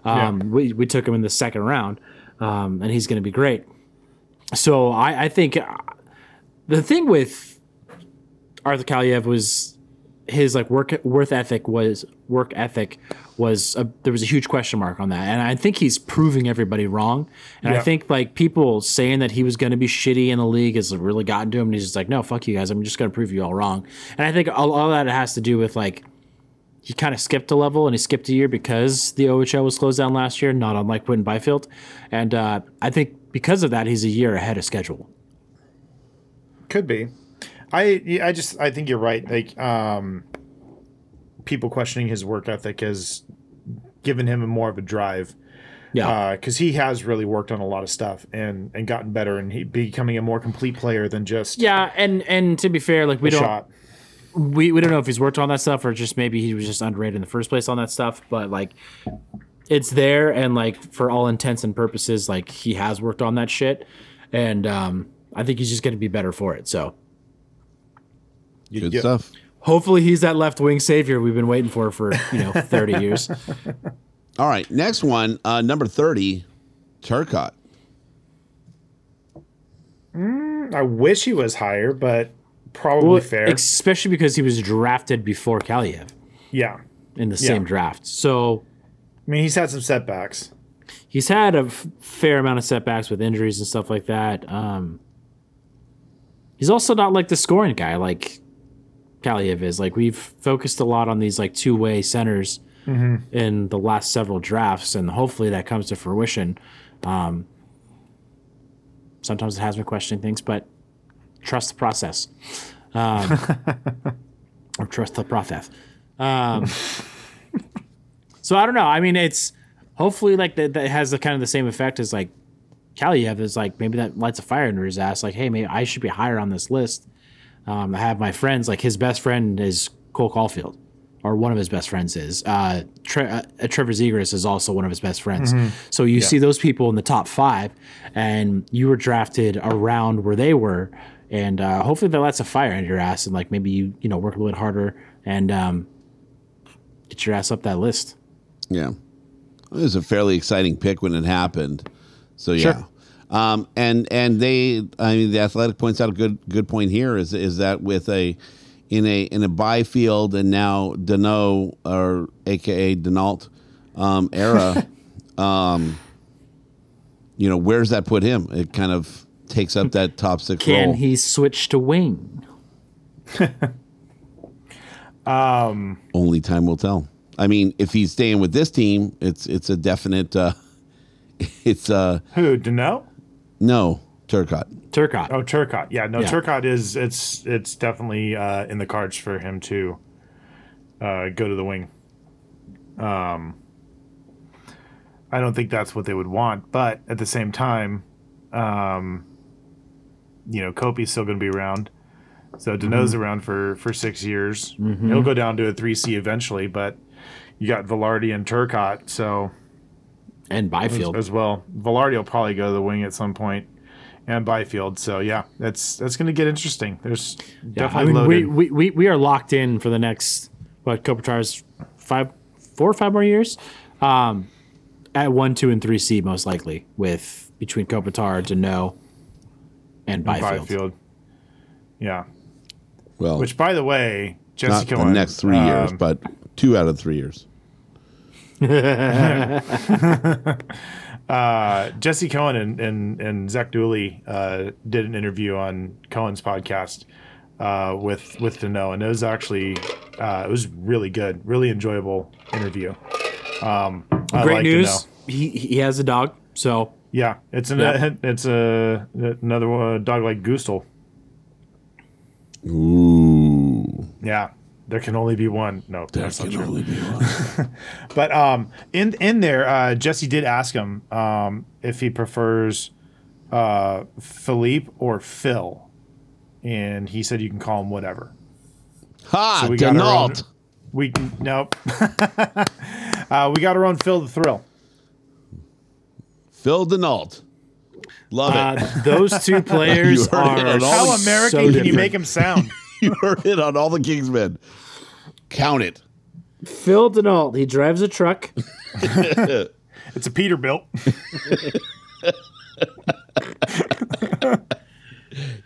Speaker 4: Um, we we took him in the second round, um, and he's gonna be great. So I I think uh, the thing with Arthur Kaliev was his like work worth ethic was work ethic was a, there was a huge question mark on that and i think he's proving everybody wrong and i
Speaker 2: Yeah.
Speaker 4: think like people saying that he was going to be shitty in the league has really gotten to him and he's just like no fuck you guys i'm just going to prove you all wrong and i think all, all that has to do with like he kind of skipped a level and he skipped a year because the OHL was closed down last year, not unlike Quentin Byfield. And uh, I think because of that, he's a year ahead of schedule.
Speaker 2: Could be. I yeah, I just I think you're right. Like um, people questioning his work ethic has given him more of a drive
Speaker 4: Yeah.
Speaker 2: because he has really worked on a lot of stuff and and gotten better and he becoming a more complete player than just
Speaker 4: yeah. And, and to be fair, like we
Speaker 2: a
Speaker 4: don't,
Speaker 2: shot.
Speaker 4: we, we don't know if he's worked on that stuff or just maybe he was just underrated in the first place on that stuff but like it's there and like for all intents and purposes like he has worked on that shit and um i think he's just going to be better for it so
Speaker 3: Good
Speaker 2: Yeah.
Speaker 3: stuff.
Speaker 4: hopefully he's that left wing savior we've been waiting for for you know 30 years
Speaker 3: All right, next one, uh, number 30, Turcotte.
Speaker 2: I wish he was higher, but probably fair.
Speaker 4: especially because he was drafted before kaliev
Speaker 2: yeah,
Speaker 4: in the same draft so
Speaker 2: I mean he's had some setbacks.
Speaker 4: he's had a f- fair amount of setbacks with injuries and stuff like that. Um, he's also not like the scoring guy like Kaliev is. Like we've focused a lot on these like two way centers in the last several drafts, and hopefully that comes to fruition. Um, sometimes it has me questioning things, but trust the process. Um, or trust the process. Um, so I don't know. I mean, it's hopefully like that, that has the kind of the same effect as like Kaliev is like maybe that lights a fire under his ass. Like, hey, maybe I should be higher on this list. Um, I have my friends. Like his best friend is Cole Caulfield, or one of his best friends is. Uh, Tre- uh, Trevor Zegras is also one of his best friends. So you see those people in the top five, and you were drafted around where they were, and uh, hopefully that lights a fire under your ass, and like maybe you you know work a little bit harder and um, get your ass up that list.
Speaker 3: Yeah. It was a fairly exciting pick when it happened. So yeah. Um, and and they I mean the athletic points out a good good point here is is that with a in a in a byfield and now Dano or AKA Denault um, era, um, you know, where's that put him? It kind of takes up that top six
Speaker 4: Can
Speaker 3: role.
Speaker 4: he switch to wing?
Speaker 3: Only time will tell. I mean, if he's staying with this team, it's it's a definite. Uh, it's uh
Speaker 2: Who? Dano?
Speaker 3: no Turcotte.
Speaker 4: Turcotte.
Speaker 2: Oh, Turcotte. Yeah, no,
Speaker 4: Yeah.
Speaker 2: Turcotte is it's it's definitely uh, in the cards for him to uh, go to the wing. Um, I don't think that's what they would want, but at the same time, um, you know, Kopi's still going to be around. So Dano's
Speaker 4: Mm-hmm.
Speaker 2: around for for six years. He'll go down to a three C eventually, but you got Velarde and Turcotte, so
Speaker 4: And Byfield.
Speaker 2: as well. Velarde will probably go to the wing at some point, and Byfield. So yeah, that's that's going to get interesting. There's
Speaker 4: Yeah,
Speaker 2: definitely
Speaker 4: I mean, we,
Speaker 2: loaded.
Speaker 4: we, we, we are locked in for the next what Kopitar's five, four or five more years, um, at one, two, and three C most likely with between Kopitar, Dano, and Byfield.
Speaker 2: Byfield. Yeah.
Speaker 3: Well,
Speaker 2: Which, by the way,
Speaker 3: not
Speaker 2: Jessica
Speaker 3: the
Speaker 2: Lynn,
Speaker 3: next three years,
Speaker 2: um,
Speaker 3: but two out of three years.
Speaker 2: uh, Jesse Cohen and, and, and Zach Dooley uh, did an interview on Cohen's podcast uh, with with Dano, and it was actually uh, it was really good, really enjoyable interview. Um, I
Speaker 4: Great
Speaker 2: like
Speaker 4: news.
Speaker 2: Dano.
Speaker 4: He, he has a dog. So
Speaker 2: Yeah, it's an,
Speaker 4: Yeah.
Speaker 2: it's a another uh, dog like Goostle.
Speaker 3: Ooh,
Speaker 2: Yeah, there can only be one. No, that's not
Speaker 3: can
Speaker 2: true.
Speaker 3: only be one.
Speaker 2: But um, in in there, uh, Jesse did ask him um, if he prefers uh, Philippe or Phil, and he said you can call him whatever.
Speaker 3: Ha,
Speaker 2: So we got our own-
Speaker 3: Denault.
Speaker 2: We nope. uh, we got our own Phil the Thrill.
Speaker 3: Phil Denault. Love it.
Speaker 4: uh, those two
Speaker 3: You
Speaker 4: players
Speaker 3: heard it.
Speaker 4: are
Speaker 3: How
Speaker 2: How
Speaker 4: so
Speaker 2: American can you
Speaker 4: different.
Speaker 2: make him sound?
Speaker 4: Uh,
Speaker 3: you heard it on all the Kingsmen. Count it.
Speaker 4: Phil Denault, he drives a truck.
Speaker 2: It's a Peterbilt.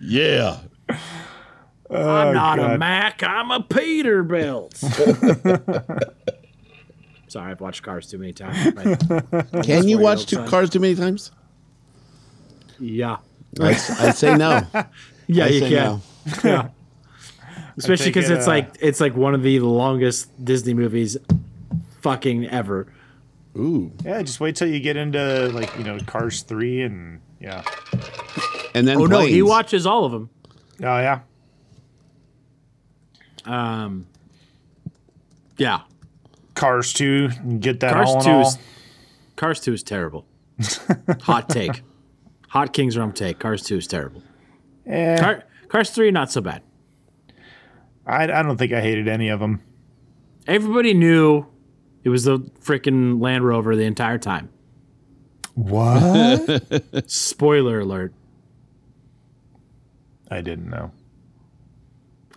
Speaker 3: Yeah.
Speaker 4: I'm not a
Speaker 2: God.
Speaker 4: Mac, I'm a Peterbilt. Sorry, I've watched Cars too many times. but
Speaker 3: Can you watch two
Speaker 4: son.
Speaker 3: cars too many times?
Speaker 4: yeah.
Speaker 3: I, I say no.
Speaker 4: Yeah,
Speaker 3: I
Speaker 4: you
Speaker 3: say
Speaker 4: can.
Speaker 3: no.
Speaker 4: Yeah. Especially
Speaker 2: think
Speaker 4: because
Speaker 2: it,
Speaker 4: it's
Speaker 2: uh,
Speaker 4: like it's like one of the longest Disney movies, fucking ever.
Speaker 3: Ooh.
Speaker 2: yeah, just wait till you get into like you know Cars three and yeah.
Speaker 3: And then
Speaker 4: Oh no, he
Speaker 3: planes.
Speaker 4: watches all of them.
Speaker 2: Oh yeah.
Speaker 4: Um, yeah,
Speaker 2: Cars two, get that all in
Speaker 4: Cars two
Speaker 2: all.
Speaker 4: is Cars two is terrible. Hot take, hot King's Realm take. Cars two is terrible.
Speaker 2: Eh,
Speaker 4: Car, Cars three not so bad.
Speaker 2: I, I don't think I hated any of them.
Speaker 4: Everybody knew it was the freaking Land Rover the entire time.
Speaker 2: What?
Speaker 4: Spoiler alert.
Speaker 2: I didn't know.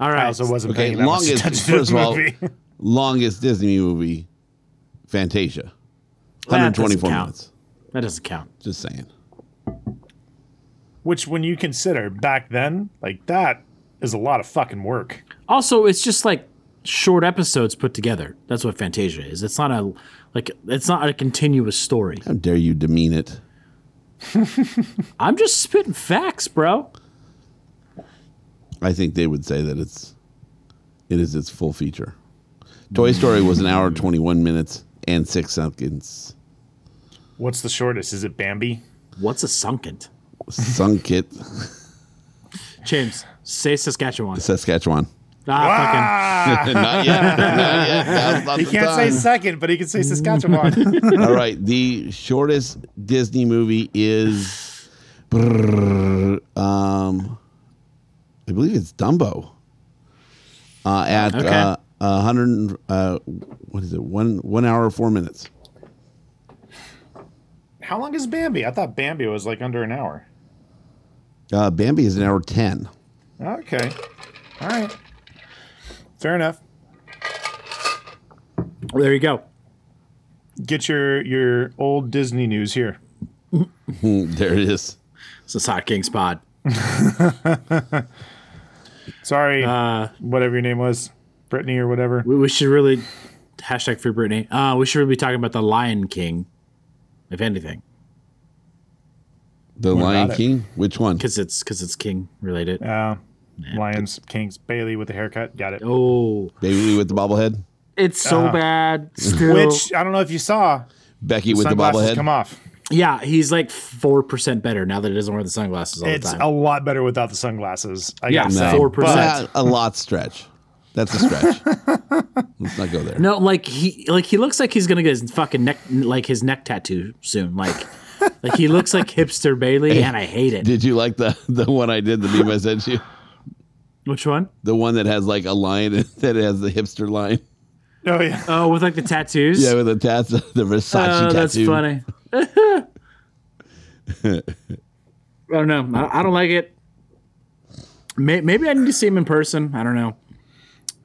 Speaker 4: All
Speaker 2: I
Speaker 4: right,
Speaker 2: also wasn't
Speaker 3: Okay,
Speaker 2: paying that much
Speaker 3: longest-
Speaker 2: attention to
Speaker 3: first
Speaker 2: the
Speaker 3: of all-
Speaker 2: movie.
Speaker 3: Longest Disney movie, Fantasia.
Speaker 4: That doesn't
Speaker 3: 124
Speaker 4: count.
Speaker 3: minutes.
Speaker 4: that doesn't count.
Speaker 3: Just saying.
Speaker 2: Which, when you consider back then, like that is a lot of fucking work.
Speaker 4: Also, it's just like short episodes put together. That's what Fantasia is. It's not a like it's not a continuous story.
Speaker 3: How dare you demean it?
Speaker 4: I'm just spitting facts, bro.
Speaker 3: I think they would say that it's it is its full feature. Toy Story was an hour 21 minutes and 6 seconds.
Speaker 2: What's the shortest? Is it Bambi?
Speaker 4: What's a sunken?
Speaker 3: Sunk it.
Speaker 4: James, say Saskatchewan.
Speaker 3: Saskatchewan.
Speaker 4: Ah,
Speaker 3: not yet. Not yet. Now's not
Speaker 2: He
Speaker 3: the
Speaker 2: can't say
Speaker 3: time.
Speaker 2: second, but he can say Saskatchewan.
Speaker 3: All right, the shortest Disney movie is, brrr, um, I believe it's Dumbo. Uh, at
Speaker 4: Okay.
Speaker 3: uh, a hundred, and- uh, what is it? One one hour four minutes.
Speaker 2: How long is Bambi? I thought Bambi was like under an hour.
Speaker 3: Uh, Bambi is an hour ten.
Speaker 2: Okay. All right. Fair enough.
Speaker 4: fucking. There you go.
Speaker 2: Get your your old Disney news here.
Speaker 3: Hmm, there it is.
Speaker 4: This is Hot Kings Pod.
Speaker 2: Sorry, whatever your name was, Brittany or whatever.
Speaker 4: We, we should really hashtag free Britney. Uh, we should really be talking about the Lion King, if anything,
Speaker 3: The Lion
Speaker 2: about it?
Speaker 3: King. Which one?
Speaker 4: because it's because it's King related.
Speaker 2: Uh, Lions, Kings, Bailey with the haircut. Got it.
Speaker 4: oh,
Speaker 3: Baby with the bobblehead.
Speaker 4: it's so bad. Still,
Speaker 2: Uh-huh. Which I don't know if you saw.
Speaker 3: Becky with the
Speaker 2: sunglasses
Speaker 3: bobblehead.
Speaker 2: come off.
Speaker 4: yeah, he's like four percent better now that he doesn't wear the sunglasses all
Speaker 2: It's
Speaker 4: the
Speaker 2: a
Speaker 4: time.
Speaker 2: lot better without the sunglasses. I
Speaker 4: Yeah,
Speaker 2: gotta
Speaker 4: no.
Speaker 2: say.
Speaker 4: 4%.
Speaker 3: Not a lot stretch. That's a stretch. Let's not go there.
Speaker 4: no, like he like he looks like he's gonna get his fucking neck like his neck tattoo soon. Like, like he looks like hipster Bailey, and I hate it.
Speaker 3: Did you like the the one I did? The meme I sent you.
Speaker 4: Which one?
Speaker 3: The one that has like a line that has the hipster line.
Speaker 2: But- oh yeah.
Speaker 4: Oh, with like the tattoos.
Speaker 3: Yeah, with the tats, the Versace
Speaker 4: Oh,
Speaker 3: tattoo.
Speaker 4: that's funny. I don't know. I, I don't like it. May, maybe I need to see him in person. I don't know.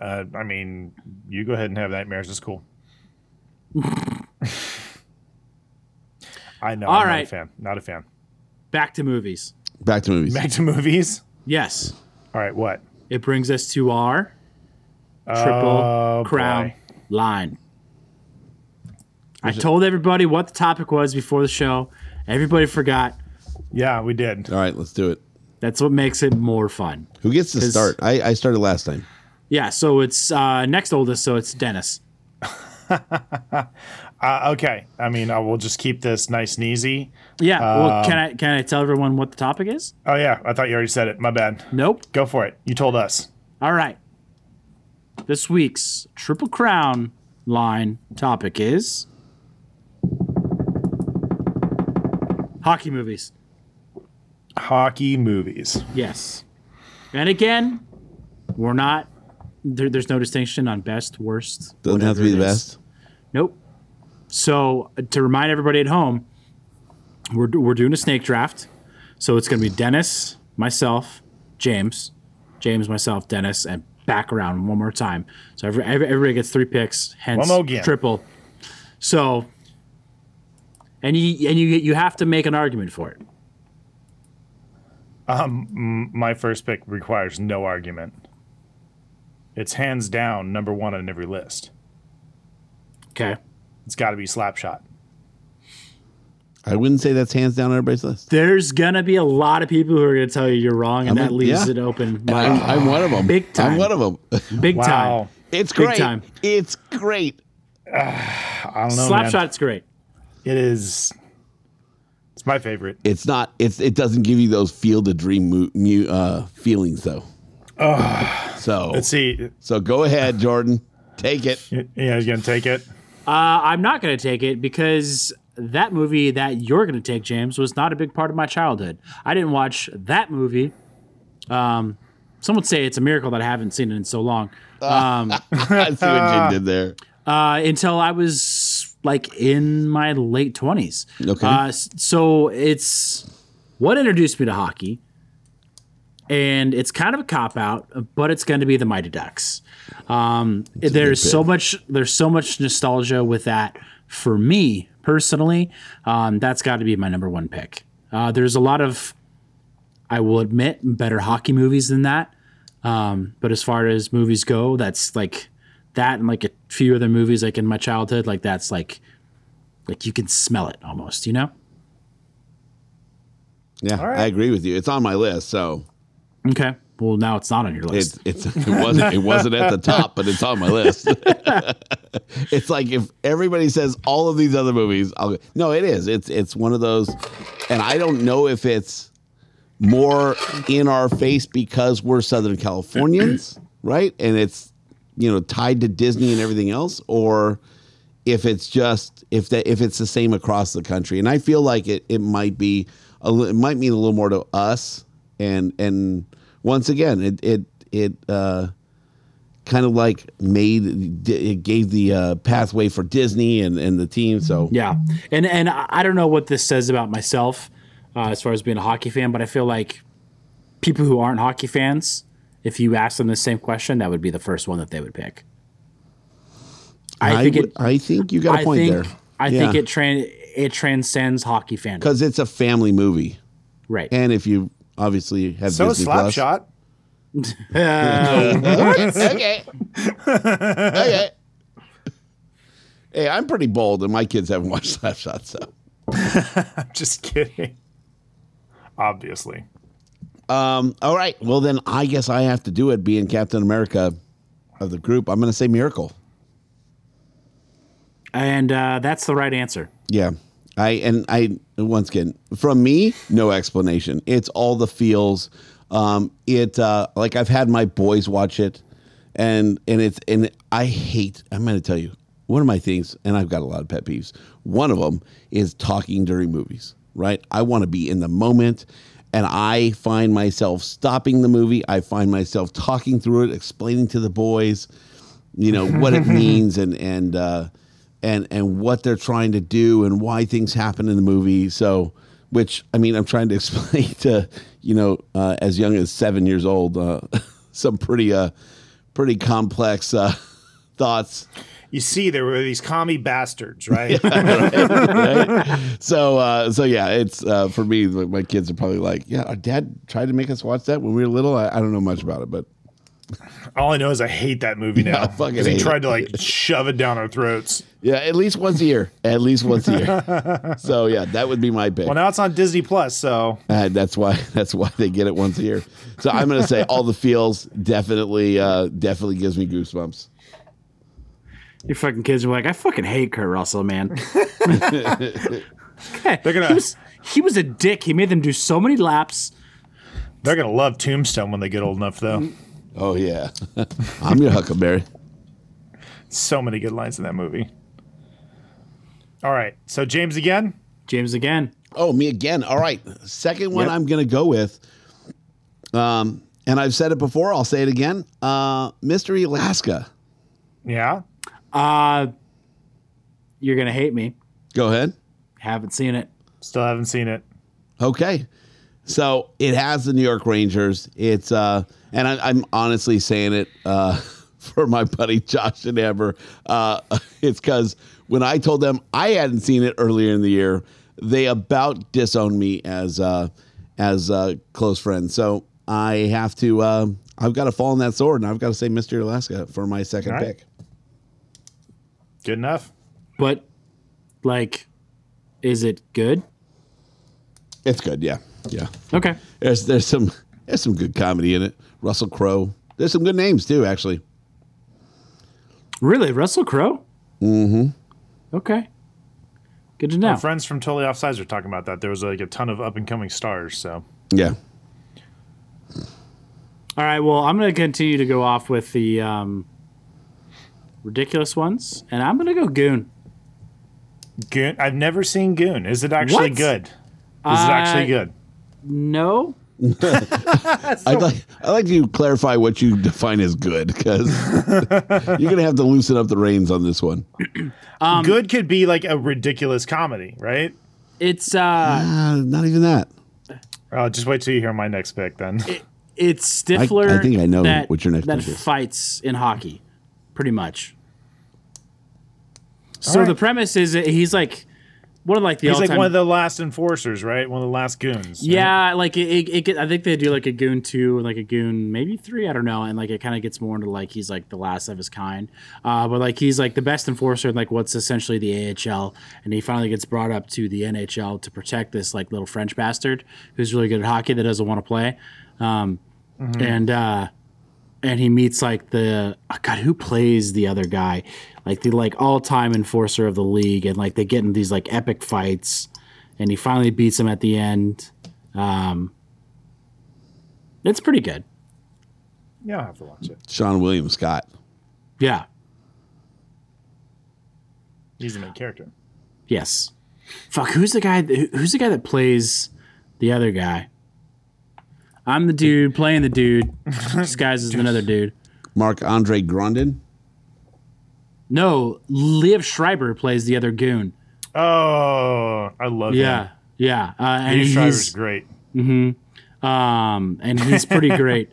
Speaker 2: Uh, I mean, you go ahead and have nightmares. It's cool. I know.
Speaker 4: All
Speaker 2: I'm Not a
Speaker 4: right.
Speaker 2: fan. Not a fan.
Speaker 4: Back to movies.
Speaker 3: Back to movies.
Speaker 2: Back to movies.
Speaker 4: Yes,
Speaker 2: All right. What?
Speaker 4: it brings us to our triple
Speaker 2: Oh,
Speaker 4: crown
Speaker 2: boy.
Speaker 4: line. I told everybody what the topic was before the show. Everybody forgot.
Speaker 2: Yeah, we did.
Speaker 3: All right, let's do it.
Speaker 4: That's what makes it more fun.
Speaker 3: Who gets to
Speaker 4: 'Cause-
Speaker 3: start? I, I started last time.
Speaker 4: Yeah. So it's uh, next oldest. So it's Dennis.
Speaker 2: Uh, okay. I mean, I will just keep this nice and easy.
Speaker 4: Yeah.
Speaker 2: Uh,
Speaker 4: well, can I can I tell everyone what the topic is?
Speaker 2: Oh yeah, I thought you already said it. My bad.
Speaker 4: Nope.
Speaker 2: Go for it. You told us.
Speaker 4: All right. This week's Triple Crown line topic is hockey movies.
Speaker 2: Hockey movies.
Speaker 4: Yes. And again, we're not, there, there's no distinction on best, worst.
Speaker 3: Doesn't have to be
Speaker 4: whatever
Speaker 3: the
Speaker 4: it is.
Speaker 3: best.
Speaker 4: Nope. So uh, to remind everybody at home, we're we're doing a snake draft. So it's going to be Dennis, myself, James, James, myself, Dennis, and back around one more time. So every, every everybody gets three picks, hence
Speaker 2: One more again.
Speaker 4: triple. So and you and you you have to make an argument for it.
Speaker 2: My first pick requires no argument. It's hands down number one on every list.
Speaker 4: Okay.
Speaker 2: It's got to be Slapshot.
Speaker 3: I wouldn't say that's hands down on everybody's list.
Speaker 4: There's gonna be a lot of people who are gonna tell you you're wrong, and
Speaker 3: I'm
Speaker 4: that
Speaker 3: a-
Speaker 4: leaves
Speaker 3: yeah.
Speaker 4: it open
Speaker 3: And I'm,
Speaker 4: like,
Speaker 3: I'm one of them.
Speaker 4: Big time.
Speaker 3: I'm one of them.
Speaker 4: big
Speaker 2: Wow.
Speaker 4: time.
Speaker 3: It's
Speaker 4: Big
Speaker 3: great.
Speaker 4: time.
Speaker 3: It's great.
Speaker 2: I don't know. man.
Speaker 4: Slapshot's great.
Speaker 2: It is. It's my favorite.
Speaker 3: It's not. It's it doesn't give you those field of dream mu, mu, uh, feelings though. so
Speaker 2: Let's see.
Speaker 3: so go ahead, Jordan. Take it.
Speaker 2: Yeah, he's gonna take it.
Speaker 4: Uh, I'm not going to take it because that movie that you're going to take, James, was not a big part of my childhood. I didn't watch that movie. Um, some would say it's a miracle that I haven't seen it in so long.
Speaker 3: I see what you did there.
Speaker 4: Uh, until I was like in my late 20s.
Speaker 3: Okay.
Speaker 4: Uh, s- so it's what introduced me to hockey. And it's kind of a cop out, but it's going to be the Mighty Ducks. Um, there's so much there's so much nostalgia with that for me personally. Um, that's got to be my number one pick. Uh, there's a lot of, I will admit, better hockey movies than that. Um, but as far as movies go, that's like that and like a few other movies like in my childhood. Like that's like like you can smell it almost, you know?
Speaker 3: Yeah, I agree with you. It's on my list. So
Speaker 4: Okay. Well, now it's not on your list.
Speaker 3: It, it's, it wasn't it wasn't at the top, but it's on my list. it's like if everybody says all of these other movies, I'll go, no, it is. It's it's one of those, and I don't know if it's more in our face because we're Southern Californians, right? And it's you know tied to Disney and everything else, or if it's just if that if it's the same across the country. And I feel like it it might be a, li- it might mean a little more to us. And and once again, it it it uh, kind of like made it gave the uh, pathway for Disney and and the team. So
Speaker 4: Yeah, Mm-hmm. and and I I don't know what this says about myself uh, as far as being a hockey fan, but I feel like people who aren't hockey fans, if you ask them the same question, that would be the first one that they would pick. I, think
Speaker 3: would-
Speaker 4: it.
Speaker 3: I think you got a
Speaker 4: I
Speaker 3: point
Speaker 4: think
Speaker 3: there.
Speaker 4: I think it tran it transcends hockey fandom.
Speaker 3: because it's a family movie,
Speaker 4: Right.
Speaker 3: and if you obviously have
Speaker 2: So is
Speaker 3: Disney Plus,
Speaker 2: Slapshot.
Speaker 3: okay. okay. Hey, I'm pretty bold, and my kids haven't watched Slapshot, so.
Speaker 2: Just kidding. Obviously.
Speaker 3: Um, all right. Well, then I guess I have to do it, being Captain America of the group. I'm going to say Miracle.
Speaker 4: And uh, that's the right answer.
Speaker 3: Yeah. I and I once again from me, no explanation. It's all the feels. Um, it uh, like I've had my boys watch it, and and it's and I hate. I'm going to tell you one of my things, and I've got a lot of pet peeves. One of them is talking during movies. Right? I want to be in the moment. And I find myself stopping the movie. I find myself talking through it, explaining to the boys, you know what it means and and uh, and and what they're trying to do and why things happen in the movie. So, which I mean, I'm trying to explain to you know uh, as young as seven years old uh, some pretty uh, pretty complex uh, thoughts.
Speaker 2: You see, there were these commie bastards, right?
Speaker 3: So uh, so yeah, it's uh, for me. like, My kids are probably like, yeah, our dad tried to make us watch that when we were little. I, I don't know much about it, but
Speaker 2: All I know is I hate that movie now.
Speaker 3: Yeah, I fucking
Speaker 2: 'Cause they
Speaker 3: hate
Speaker 2: tried
Speaker 3: it.
Speaker 2: to like shove it down our throats.
Speaker 3: yeah, at least once a year. At least once a year. so yeah, that would be my pick.
Speaker 2: Well, now it's on Disney Plus, so
Speaker 3: Uh, that's why. That's why they get it once a year. So I'm going to say all the feels definitely, uh, definitely gives me goosebumps.
Speaker 4: Your fucking kids are like, I fucking hate Kurt Russell, man.
Speaker 2: they're
Speaker 4: He
Speaker 2: gonna
Speaker 4: was, he was a dick. He made them do so many laps.
Speaker 2: they're gonna love Tombstone when they get old enough, though.
Speaker 3: Oh yeah, I'm your Huckleberry.
Speaker 2: So many good lines in that movie. All right, so James again.
Speaker 4: James again.
Speaker 3: Oh me again. All right, second one
Speaker 4: Yep.
Speaker 3: I'm going to go with. Um, and I've said it before. I'll say it again. Uh, Mystery Alaska.
Speaker 2: Yeah,
Speaker 4: Uh, you're gonna hate me.
Speaker 3: Go ahead.
Speaker 4: Haven't seen it.
Speaker 2: still haven't seen it.
Speaker 3: Okay. So it has the New York Rangers. It's uh, and I, I'm honestly saying it uh, for my buddy Josh and Amber. Uh, it's because when I told them I hadn't seen it earlier in the year, they about disowned me as uh, as uh, close friends. So I have to. Uh, I've got to fall on that sword, and I've got to say Mr. Alaska for my second
Speaker 2: All right.
Speaker 3: pick.
Speaker 2: Good enough.
Speaker 4: But like, is it good?
Speaker 3: It's good. Yeah. Yeah.
Speaker 4: Okay.
Speaker 3: There's there's some there's some good comedy in it. Russell Crowe. There's some good names too, actually.
Speaker 4: Really, Russell Crowe? Mm-hmm. Okay. Good to know.
Speaker 2: Our friends from Totally Offsides are talking about that. There was like a ton of up and coming stars. So
Speaker 3: Yeah.
Speaker 4: All right. Well, I'm going to continue to go off with the um, ridiculous ones, and I'm going to go Goon.
Speaker 2: Goon. I've never seen Goon. Is it actually
Speaker 4: What?
Speaker 2: good? Is it actually
Speaker 4: I-
Speaker 2: good?
Speaker 4: No,
Speaker 3: I'd like, I'd like you to clarify what you define as good because you're going to have to loosen up the reins on this one.
Speaker 4: um,
Speaker 2: good could be like a ridiculous comedy, right?
Speaker 4: it's uh,
Speaker 3: Uh, not even that.
Speaker 2: Oh, just wait till you hear my next pick then.
Speaker 4: it's Stifler.
Speaker 3: I think I know
Speaker 4: that,
Speaker 3: what your next
Speaker 4: that
Speaker 3: pick is.
Speaker 4: fights in hockey, pretty much. So
Speaker 2: right.
Speaker 4: the premise is that he's like one of like the
Speaker 2: He's
Speaker 4: all-time
Speaker 2: like one of the last enforcers, right? One of the last goons. right?
Speaker 4: Yeah, like it, it, it get, I think they do like a goon two and like a goon maybe three. I don't know. And like it kind of gets more into like he's like the last of his kind, uh, but like he's like the best enforcer in like what's essentially the AHL, and he finally gets brought up to the NHL to protect this like little French bastard who's really good at hockey that doesn't want to play, um, and uh, and he meets like the oh God who plays the other guy, like the like all time enforcer of the league, and like they get in these like epic fights. And he finally beats him at the end. Um, it's pretty good.
Speaker 2: Yeah, I'll have to watch it.
Speaker 3: Sean William Scott.
Speaker 4: Yeah.
Speaker 2: He's the main character.
Speaker 4: Yes. Fuck. Who's the guy? That, who's the guy that plays the other guy? I'm the dude playing the dude, disguised as another dude.
Speaker 3: Mark Andre Grondin.
Speaker 4: No, Liv Schreiber plays the other goon.
Speaker 2: Oh, I love
Speaker 4: Yeah,
Speaker 2: him.
Speaker 4: yeah, uh, and
Speaker 2: Hugh Shriver's
Speaker 4: he's
Speaker 2: great.
Speaker 4: um, and he's pretty great.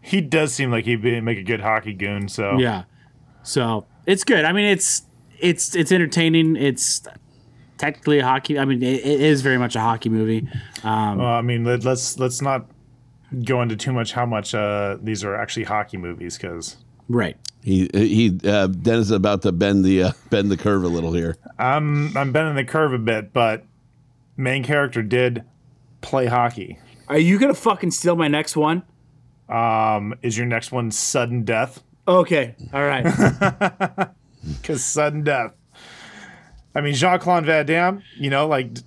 Speaker 2: He does seem like he'd be, make a good hockey goon. So
Speaker 4: Yeah. So it's good. I mean, it's it's it's entertaining. It's technically a hockey. I mean, it, it is very much a hockey movie.
Speaker 2: Well, I mean, let, let's let's not go into too much how much uh, these are actually hockey movies because
Speaker 4: Right.
Speaker 3: He he. Uh, Dennis is about to bend the uh, bend the curve a little here.
Speaker 2: I'm bending the curve a bit, but main character did play hockey.
Speaker 4: Are you gonna fucking steal my next one?
Speaker 2: Um, Is your next one sudden death?
Speaker 4: Okay. All right.
Speaker 2: Because sudden death. I mean, Jean Claude Van Damme, you know, like d-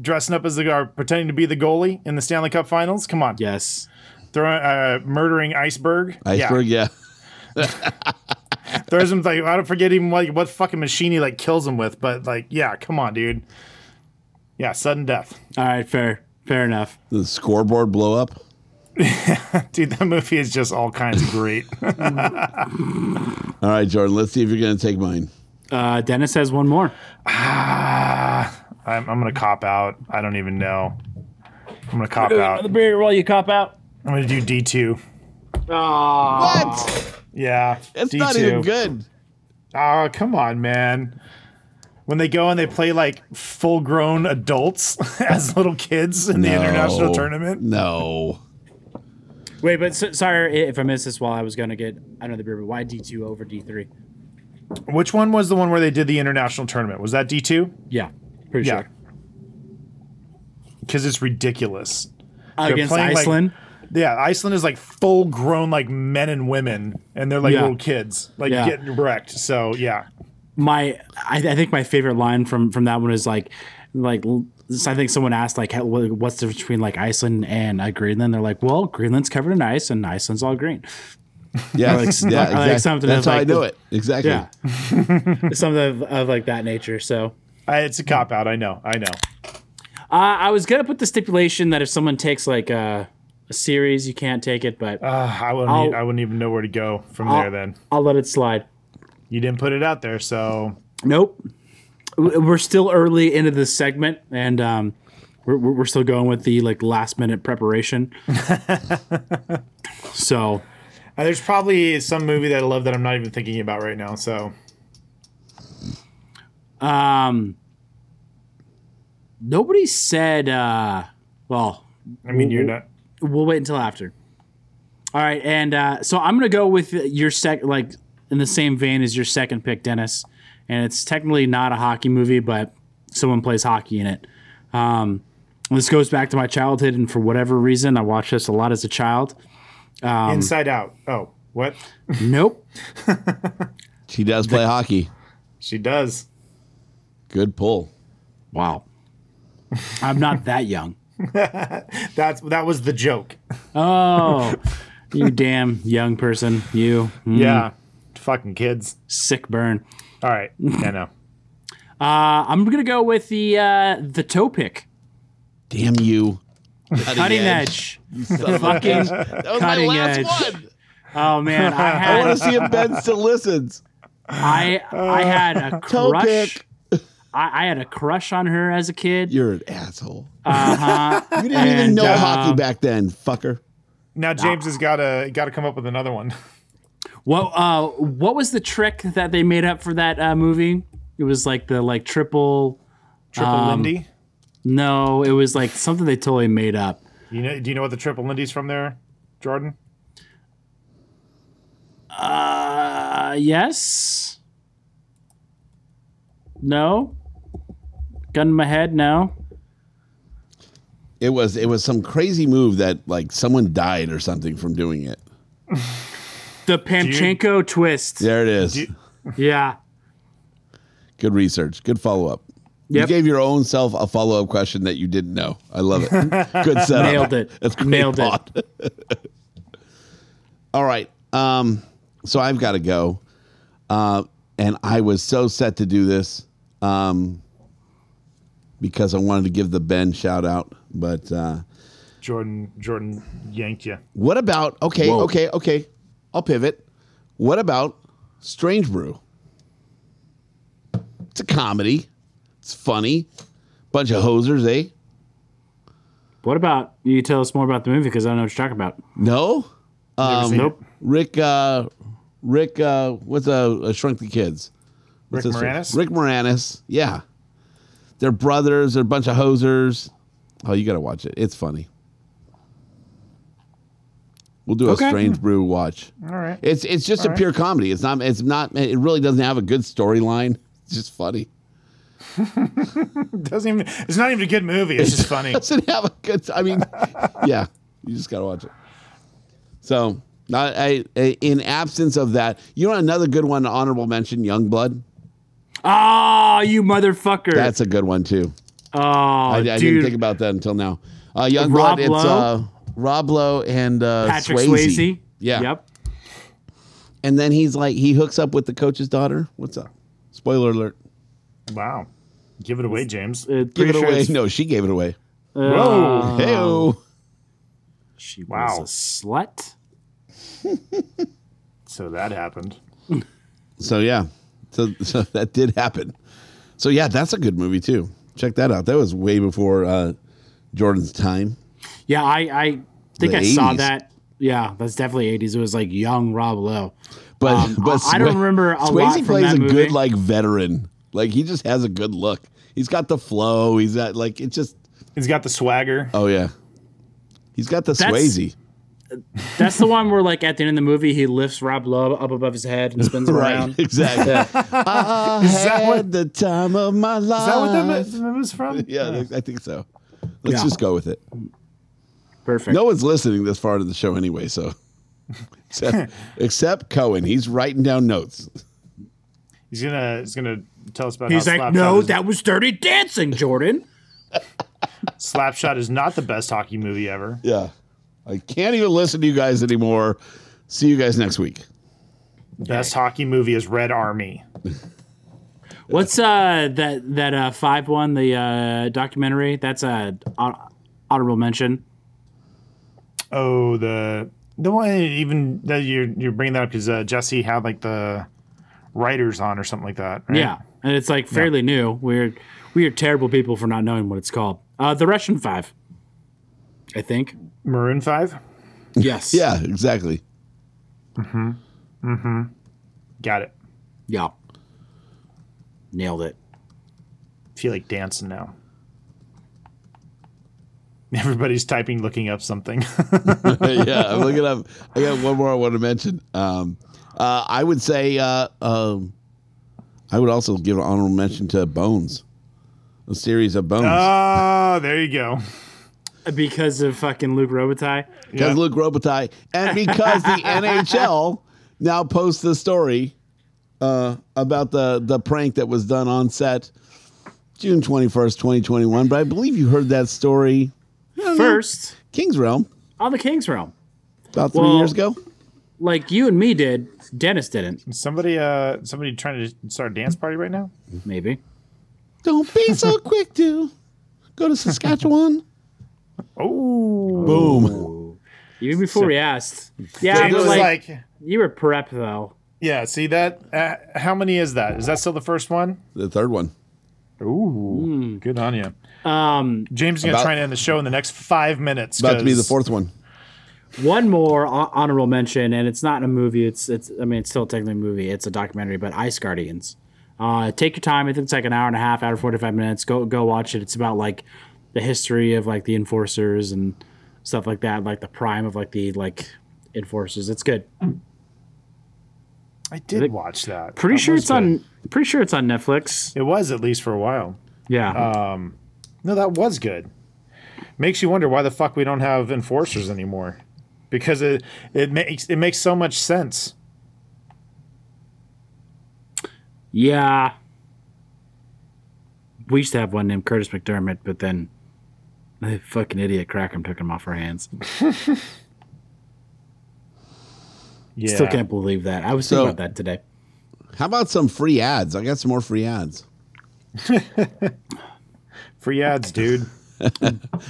Speaker 2: dressing up as the or pretending to be the goalie in the Stanley Cup Finals. Come on,
Speaker 4: yes.
Speaker 2: throwing uh, murdering iceberg.
Speaker 3: Iceberg. Yeah.
Speaker 2: yeah. throws him like I don't forget even like what fucking machine he like kills him with, but like yeah, come on, dude. Yeah, sudden death,
Speaker 4: All right. Fair. Fair enough.
Speaker 3: The scoreboard blow up.
Speaker 2: dude. That movie is just all kinds of great.
Speaker 3: All right, Jordan. Let's see if you're going to take mine.
Speaker 4: Uh, Dennis has one more.
Speaker 2: Ah, I'm, I'm gonna cop out. I don't even know. I'm gonna cop out. I'm
Speaker 4: beer roll. You cop out.
Speaker 2: gonna do D two.
Speaker 4: Ah.
Speaker 3: What?
Speaker 2: Yeah,
Speaker 3: It's not even good.
Speaker 2: Oh, come on, man. When they go and they play like full grown adults as little kids in the
Speaker 3: No.
Speaker 2: international tournament.
Speaker 3: No.
Speaker 4: Wait, but so, sorry if I missed this while I was gonna get another beer. But why D two over D three?
Speaker 2: Which one was the one where they did the international tournament? Was that D two?
Speaker 4: Yeah. Pretty
Speaker 2: Yeah.
Speaker 4: sure.
Speaker 2: Because it's ridiculous.
Speaker 4: Against
Speaker 2: playing, like-
Speaker 4: Iceland.
Speaker 2: Yeah, Iceland is like full grown like men and women, and they're like
Speaker 4: Yeah.
Speaker 2: little kids, like
Speaker 4: Yeah.
Speaker 2: getting wrecked. So yeah,
Speaker 4: my I, I think my favorite line from from that one is like like l- I think someone asked like how, wha- what's the difference between like Iceland and uh, Greenland? They're like, well, Greenland's covered in ice and Iceland's all green.
Speaker 3: Yeah. yeah.
Speaker 4: something
Speaker 3: Exactly. That's
Speaker 4: that's
Speaker 3: how I
Speaker 4: like-
Speaker 3: know it. Exactly.
Speaker 4: Yeah, something of, of like that nature. So
Speaker 2: I, it's a cop out. I know. I know.
Speaker 4: uh, I was gonna put the stipulation that if someone takes like a, a series, you can't take it, but
Speaker 2: Uh, I wouldn't.
Speaker 4: I'll-
Speaker 2: e- I wouldn't even know where to go from there. Then
Speaker 4: I'll let it slide.
Speaker 2: you didn't put it out there, so
Speaker 4: Nope. W- We're still early into this segment, and um, we're, we're we're still going with the like last minute preparation. so
Speaker 2: Uh, there's probably some movie that I love that I'm not even thinking about right now. So
Speaker 4: Um, nobody said. Uh, well,
Speaker 2: I mean, you're not.
Speaker 4: we'll wait until after. All right, and uh, so I'm gonna go with your sec, like in the same vein as your second pick, Dennis. And it's technically not a hockey movie, but someone plays hockey in it. Um, this goes back to my childhood, and for whatever reason, I watched this a lot as a child.
Speaker 2: Inside Out. Oh, what?
Speaker 4: Nope.
Speaker 3: She does play hockey.
Speaker 2: She does.
Speaker 3: Good pull.
Speaker 4: Wow. I'm not that young.
Speaker 2: That's that was the joke.
Speaker 4: Oh, you damn young person, you Mm,
Speaker 2: Yeah. Fucking kids.
Speaker 4: sick burn.
Speaker 2: All right. I know.
Speaker 4: Uh, I'm gonna go with the uh, the toe pick,
Speaker 3: Damn you.
Speaker 4: cutting edge.
Speaker 3: Son of a
Speaker 4: Fucking
Speaker 3: bitch. That was
Speaker 4: cutting
Speaker 3: my last
Speaker 4: edge.
Speaker 3: one.
Speaker 4: Oh man, I
Speaker 3: I want to
Speaker 4: had
Speaker 3: see if Ben still listens.
Speaker 4: I,
Speaker 3: Uh,
Speaker 4: I had a
Speaker 3: Toe
Speaker 4: crush.
Speaker 3: pick.
Speaker 4: I, I had a crush on her as a kid.
Speaker 3: You're an asshole.
Speaker 4: Uh huh.
Speaker 3: You didn't even
Speaker 4: And,
Speaker 3: know
Speaker 4: uh,
Speaker 3: hockey back then, fucker.
Speaker 2: Now James has got to got to come up with another one.
Speaker 4: what uh, what was the trick that they made up for that uh, movie? It was like the like triple.
Speaker 2: Triple Lindy.
Speaker 4: No, it was like something they totally made up.
Speaker 2: You know? Do you know what the Triple Lindy's from there, Jordan?
Speaker 4: Uh, yes. No. Gun in my head. No.
Speaker 3: It was it was some crazy move that like someone died or something from doing it.
Speaker 4: The Pamchenko twist. Yeah.
Speaker 3: There it is.
Speaker 4: Yeah.
Speaker 3: Good research. Good follow up. You
Speaker 4: Yep.
Speaker 3: gave your own self a follow up question that you didn't know. I love it. Good setup.
Speaker 4: Nailed it.
Speaker 3: That's great
Speaker 4: Nailed it.
Speaker 3: thought. All right. Um, so I've got to go. Uh, and I was so set to do this um, because I wanted to give the Ben shout out. But uh,
Speaker 2: Jordan. Jordan yanked you.
Speaker 3: what about, okay, okay, okay. I'll pivot. What about Strange Brew? It's a comedy. It's funny. Bunch of hosers, eh?
Speaker 4: What about you? Tell us more about the movie because I don't know what you're talking about.
Speaker 3: No? Um,
Speaker 4: Nope.
Speaker 3: Rick, uh, Rick, uh, what's uh, uh, Shrunk the Kids?
Speaker 2: Rick
Speaker 3: What's this one?
Speaker 2: Moranis.
Speaker 3: Rick Moranis. Yeah. They're brothers. They're a bunch of hosers. Oh, you got to watch it. It's funny. We'll do a
Speaker 4: Okay.
Speaker 3: strange brew watch.
Speaker 2: All right.
Speaker 3: It's it's just a
Speaker 2: right.
Speaker 3: pure comedy. It's not it's not it really doesn't have a good storyline. It's just funny.
Speaker 2: It doesn't even. It's not even a good movie. It's just funny.
Speaker 3: It doesn't have a good I mean, yeah, you just got to watch it. So, I, I in absence of that, you know another good one honorable mention Youngblood.
Speaker 4: Ah, you motherfucker.
Speaker 3: That's a good one too.
Speaker 4: oh,
Speaker 3: I, I
Speaker 4: dude.
Speaker 3: didn't think about that until now. Uh, Youngblood,
Speaker 4: Rob
Speaker 3: it's uh,
Speaker 4: Lowe?
Speaker 3: Rob Lowe and uh,
Speaker 4: Patrick Swayze.
Speaker 3: Yeah.
Speaker 4: Yep.
Speaker 3: And then he's like, he hooks up with the coach's daughter. What's up? Spoiler alert.
Speaker 2: Wow. Give it away, James.
Speaker 4: Uh,
Speaker 3: Give
Speaker 4: pretty
Speaker 3: it
Speaker 4: sure
Speaker 3: away.
Speaker 4: it's-
Speaker 3: No, she gave it away.
Speaker 2: Whoa.
Speaker 3: Heyo.
Speaker 4: She
Speaker 2: Wow.
Speaker 4: was a slut.
Speaker 2: So that happened.
Speaker 3: So yeah, so, so that did happen. So yeah, that's a good movie too. Check that out. That was way before uh, Jordan's time.
Speaker 4: Yeah, I, I think
Speaker 3: The
Speaker 4: I saw
Speaker 3: 80s.
Speaker 4: that. Yeah, that's definitely 80s. It was like young Rob Lowe.
Speaker 3: But
Speaker 4: Um,
Speaker 3: but
Speaker 4: I- I don't
Speaker 3: Sway-
Speaker 4: remember a
Speaker 3: Swayze
Speaker 4: lot from
Speaker 3: plays
Speaker 4: that
Speaker 3: a
Speaker 4: movie.
Speaker 3: good like veteran. Like he just has a good look. He's got the flow. He's at like it just.
Speaker 2: He's got the swagger.
Speaker 3: Oh yeah, he's got the
Speaker 4: That's-
Speaker 3: Swayze.
Speaker 4: That's the one where, like, at the end of the movie, he lifts Rob Lowe up above his head and spins him around.
Speaker 3: exactly. I
Speaker 2: Is that
Speaker 3: had
Speaker 2: what-
Speaker 3: the time of my life.
Speaker 2: Is that what that mo- that was from?
Speaker 3: Yeah, I think- I think so. Let's
Speaker 4: Yeah.
Speaker 3: just go with it.
Speaker 4: Perfect.
Speaker 3: No one's listening this far to the show anyway, so except, except Cohen, he's writing down notes.
Speaker 2: He's gonna he's gonna tell us about
Speaker 4: He's
Speaker 2: how
Speaker 4: like,
Speaker 2: Slapshot
Speaker 4: no,
Speaker 2: is,
Speaker 4: that was Dirty Dancing, Jordan.
Speaker 2: Slapshot is not the best hockey movie ever.
Speaker 3: Yeah, I can't even listen to you guys anymore. See you guys next week.
Speaker 2: Best hockey movie is Red Army.
Speaker 4: What's uh that that uh five one the uh documentary? That's a hon- honorable mention.
Speaker 2: Oh, the the one even that you're you're bringing that up because uh, Jesse had like the writers on or something like that. right?
Speaker 4: Yeah, and it's like fairly new. We're we are terrible people for not knowing what it's called. Uh, the Russian Five, I think.
Speaker 2: Maroon Five.
Speaker 4: Yes.
Speaker 3: Yeah, exactly.
Speaker 2: Got it.
Speaker 4: Yeah. Nailed it.
Speaker 2: feel like dancing now. Everybody's typing, looking up something.
Speaker 3: yeah, I'm looking up. I got one more I want to mention. Um, uh, I would say uh, um, I would also give an honorable mention to Bones, a series of Bones.
Speaker 2: Ah, there you go.
Speaker 4: Because of fucking Luke Robitaille.
Speaker 3: because Luke Robitaille and because the NHL now posts the story uh, about the the prank that was done on set June twenty first, twenty twenty one. But I believe you heard that story
Speaker 4: First
Speaker 3: King's Realm
Speaker 4: on the King's Realm,
Speaker 3: about three
Speaker 4: Well-
Speaker 3: years ago.
Speaker 4: like you and me did. Dennis didn't.
Speaker 2: Somebody, uh, somebody trying to start a dance party right now.
Speaker 4: Maybe.
Speaker 3: Don't be so quick to go to Saskatchewan.
Speaker 2: Oh,
Speaker 3: Boom.
Speaker 4: Even before we asked. Yeah,
Speaker 2: James
Speaker 4: but
Speaker 2: was
Speaker 4: like,
Speaker 2: like,
Speaker 4: you were prep though.
Speaker 2: yeah. See that? Uh, how many is that? Is that still the first one?
Speaker 3: The third one.
Speaker 2: Ooh, good on you.
Speaker 4: Hmm. Um,
Speaker 2: James is gonna
Speaker 3: About-
Speaker 2: try to end the show in the next five minutes.
Speaker 3: About to be the
Speaker 2: 'cause
Speaker 3: fourth one.
Speaker 4: One more hon- honorable mention, and it's not a movie. It's it's. I mean, it's still technically a movie. It's a documentary, but Ice Guardians. Uh, take your time. I think it's like an hour and a half, hour forty five minutes. Go go watch it. It's about like the history of like the enforcers and stuff like that. Like the prime of like the like enforcers. It's good.
Speaker 2: I did watch that.
Speaker 4: Pretty
Speaker 2: That
Speaker 4: sure
Speaker 2: was
Speaker 4: it's
Speaker 2: good.
Speaker 4: on. Pretty sure it's on Netflix.
Speaker 2: It was at least for a while.
Speaker 4: Yeah.
Speaker 2: No, that was good. Makes you wonder why the fuck we don't have enforcers anymore, because it it makes it makes so much sense.
Speaker 4: yeah. We used to have one named Curtis McDermott, but then the fucking idiot Crackham took him off our hands.
Speaker 2: Yeah.
Speaker 4: Still can't believe that. I was
Speaker 3: So-
Speaker 4: thinking about that today.
Speaker 3: How about some free ads? I got some more free ads.
Speaker 2: free ads, dude.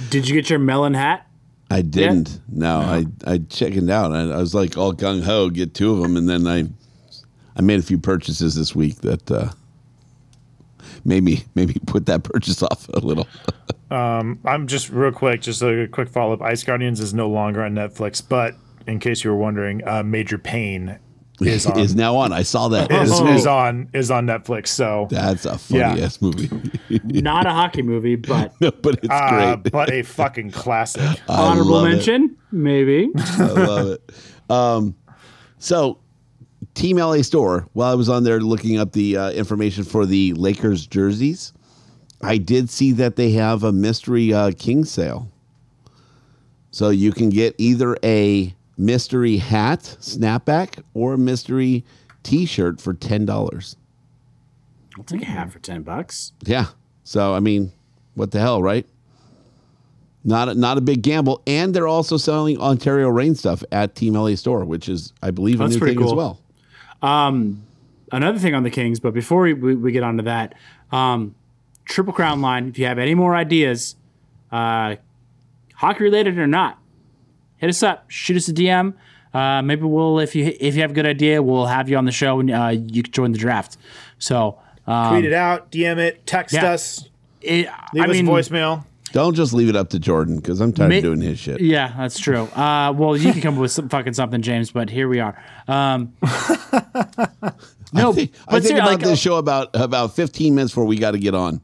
Speaker 4: Did you get your melon hat?
Speaker 3: I didn't. No, I I chickened out. I, I was like all gung ho, get two of them, and then I I made a few purchases this week that uh, made me maybe put that purchase off a little.
Speaker 2: I'm just real quick, just a quick follow up. Ice Guardians is no longer on Netflix, but in case you were wondering, uh, Major Pain is on
Speaker 3: Is
Speaker 2: is,
Speaker 3: now on. I saw that. this
Speaker 4: Oh.
Speaker 3: week.
Speaker 2: is on is on Netflix. So,
Speaker 3: That's a funny
Speaker 2: Yeah.
Speaker 3: ass movie.
Speaker 4: Not a hockey movie, but
Speaker 3: no, but it's
Speaker 2: uh,
Speaker 3: great.
Speaker 2: but a fucking classic.
Speaker 3: I
Speaker 4: honorable
Speaker 3: love it.
Speaker 4: mention. Maybe.
Speaker 3: I love it. Um, so, Team LA Store. While I was on there looking up the uh, information for the Lakers jerseys, I did see that they have a mystery uh, king sale. So you can get either a mystery hat snapback or a mystery T-shirt for ten dollars.
Speaker 4: I'll take a hat for ten bucks.
Speaker 3: Yeah. So I mean, what the hell, right? Not a, not a big gamble, and they're also selling Ontario Rain stuff at Team LA store, which is, I believe, a
Speaker 4: That's
Speaker 3: new
Speaker 4: pretty
Speaker 3: thing as
Speaker 4: cool.
Speaker 3: well.
Speaker 4: Another thing on the Kings, but before we, we, we get onto that, um, Triple Crown line. If you have any more ideas, uh, hockey related or not, hit us up. Shoot us a DM. Uh, maybe we'll if you if you have a good idea, we'll have you on the show and uh, you can join the draft. So um,
Speaker 2: Tweet it out, DM it, text
Speaker 4: yeah.
Speaker 2: us,
Speaker 4: it,
Speaker 2: leave
Speaker 4: I
Speaker 2: us
Speaker 4: mean,
Speaker 2: a voicemail.
Speaker 3: Don't just leave it up to Jordan because I'm tired
Speaker 4: Ma-
Speaker 3: of doing his shit.
Speaker 4: Yeah, that's true. Uh, well, you can come up with some fucking something, James, but here we are. Um, no,
Speaker 3: I think, I think
Speaker 4: but ser-
Speaker 3: about
Speaker 4: like, uh,
Speaker 3: this show about about 15 minutes before we got to get on.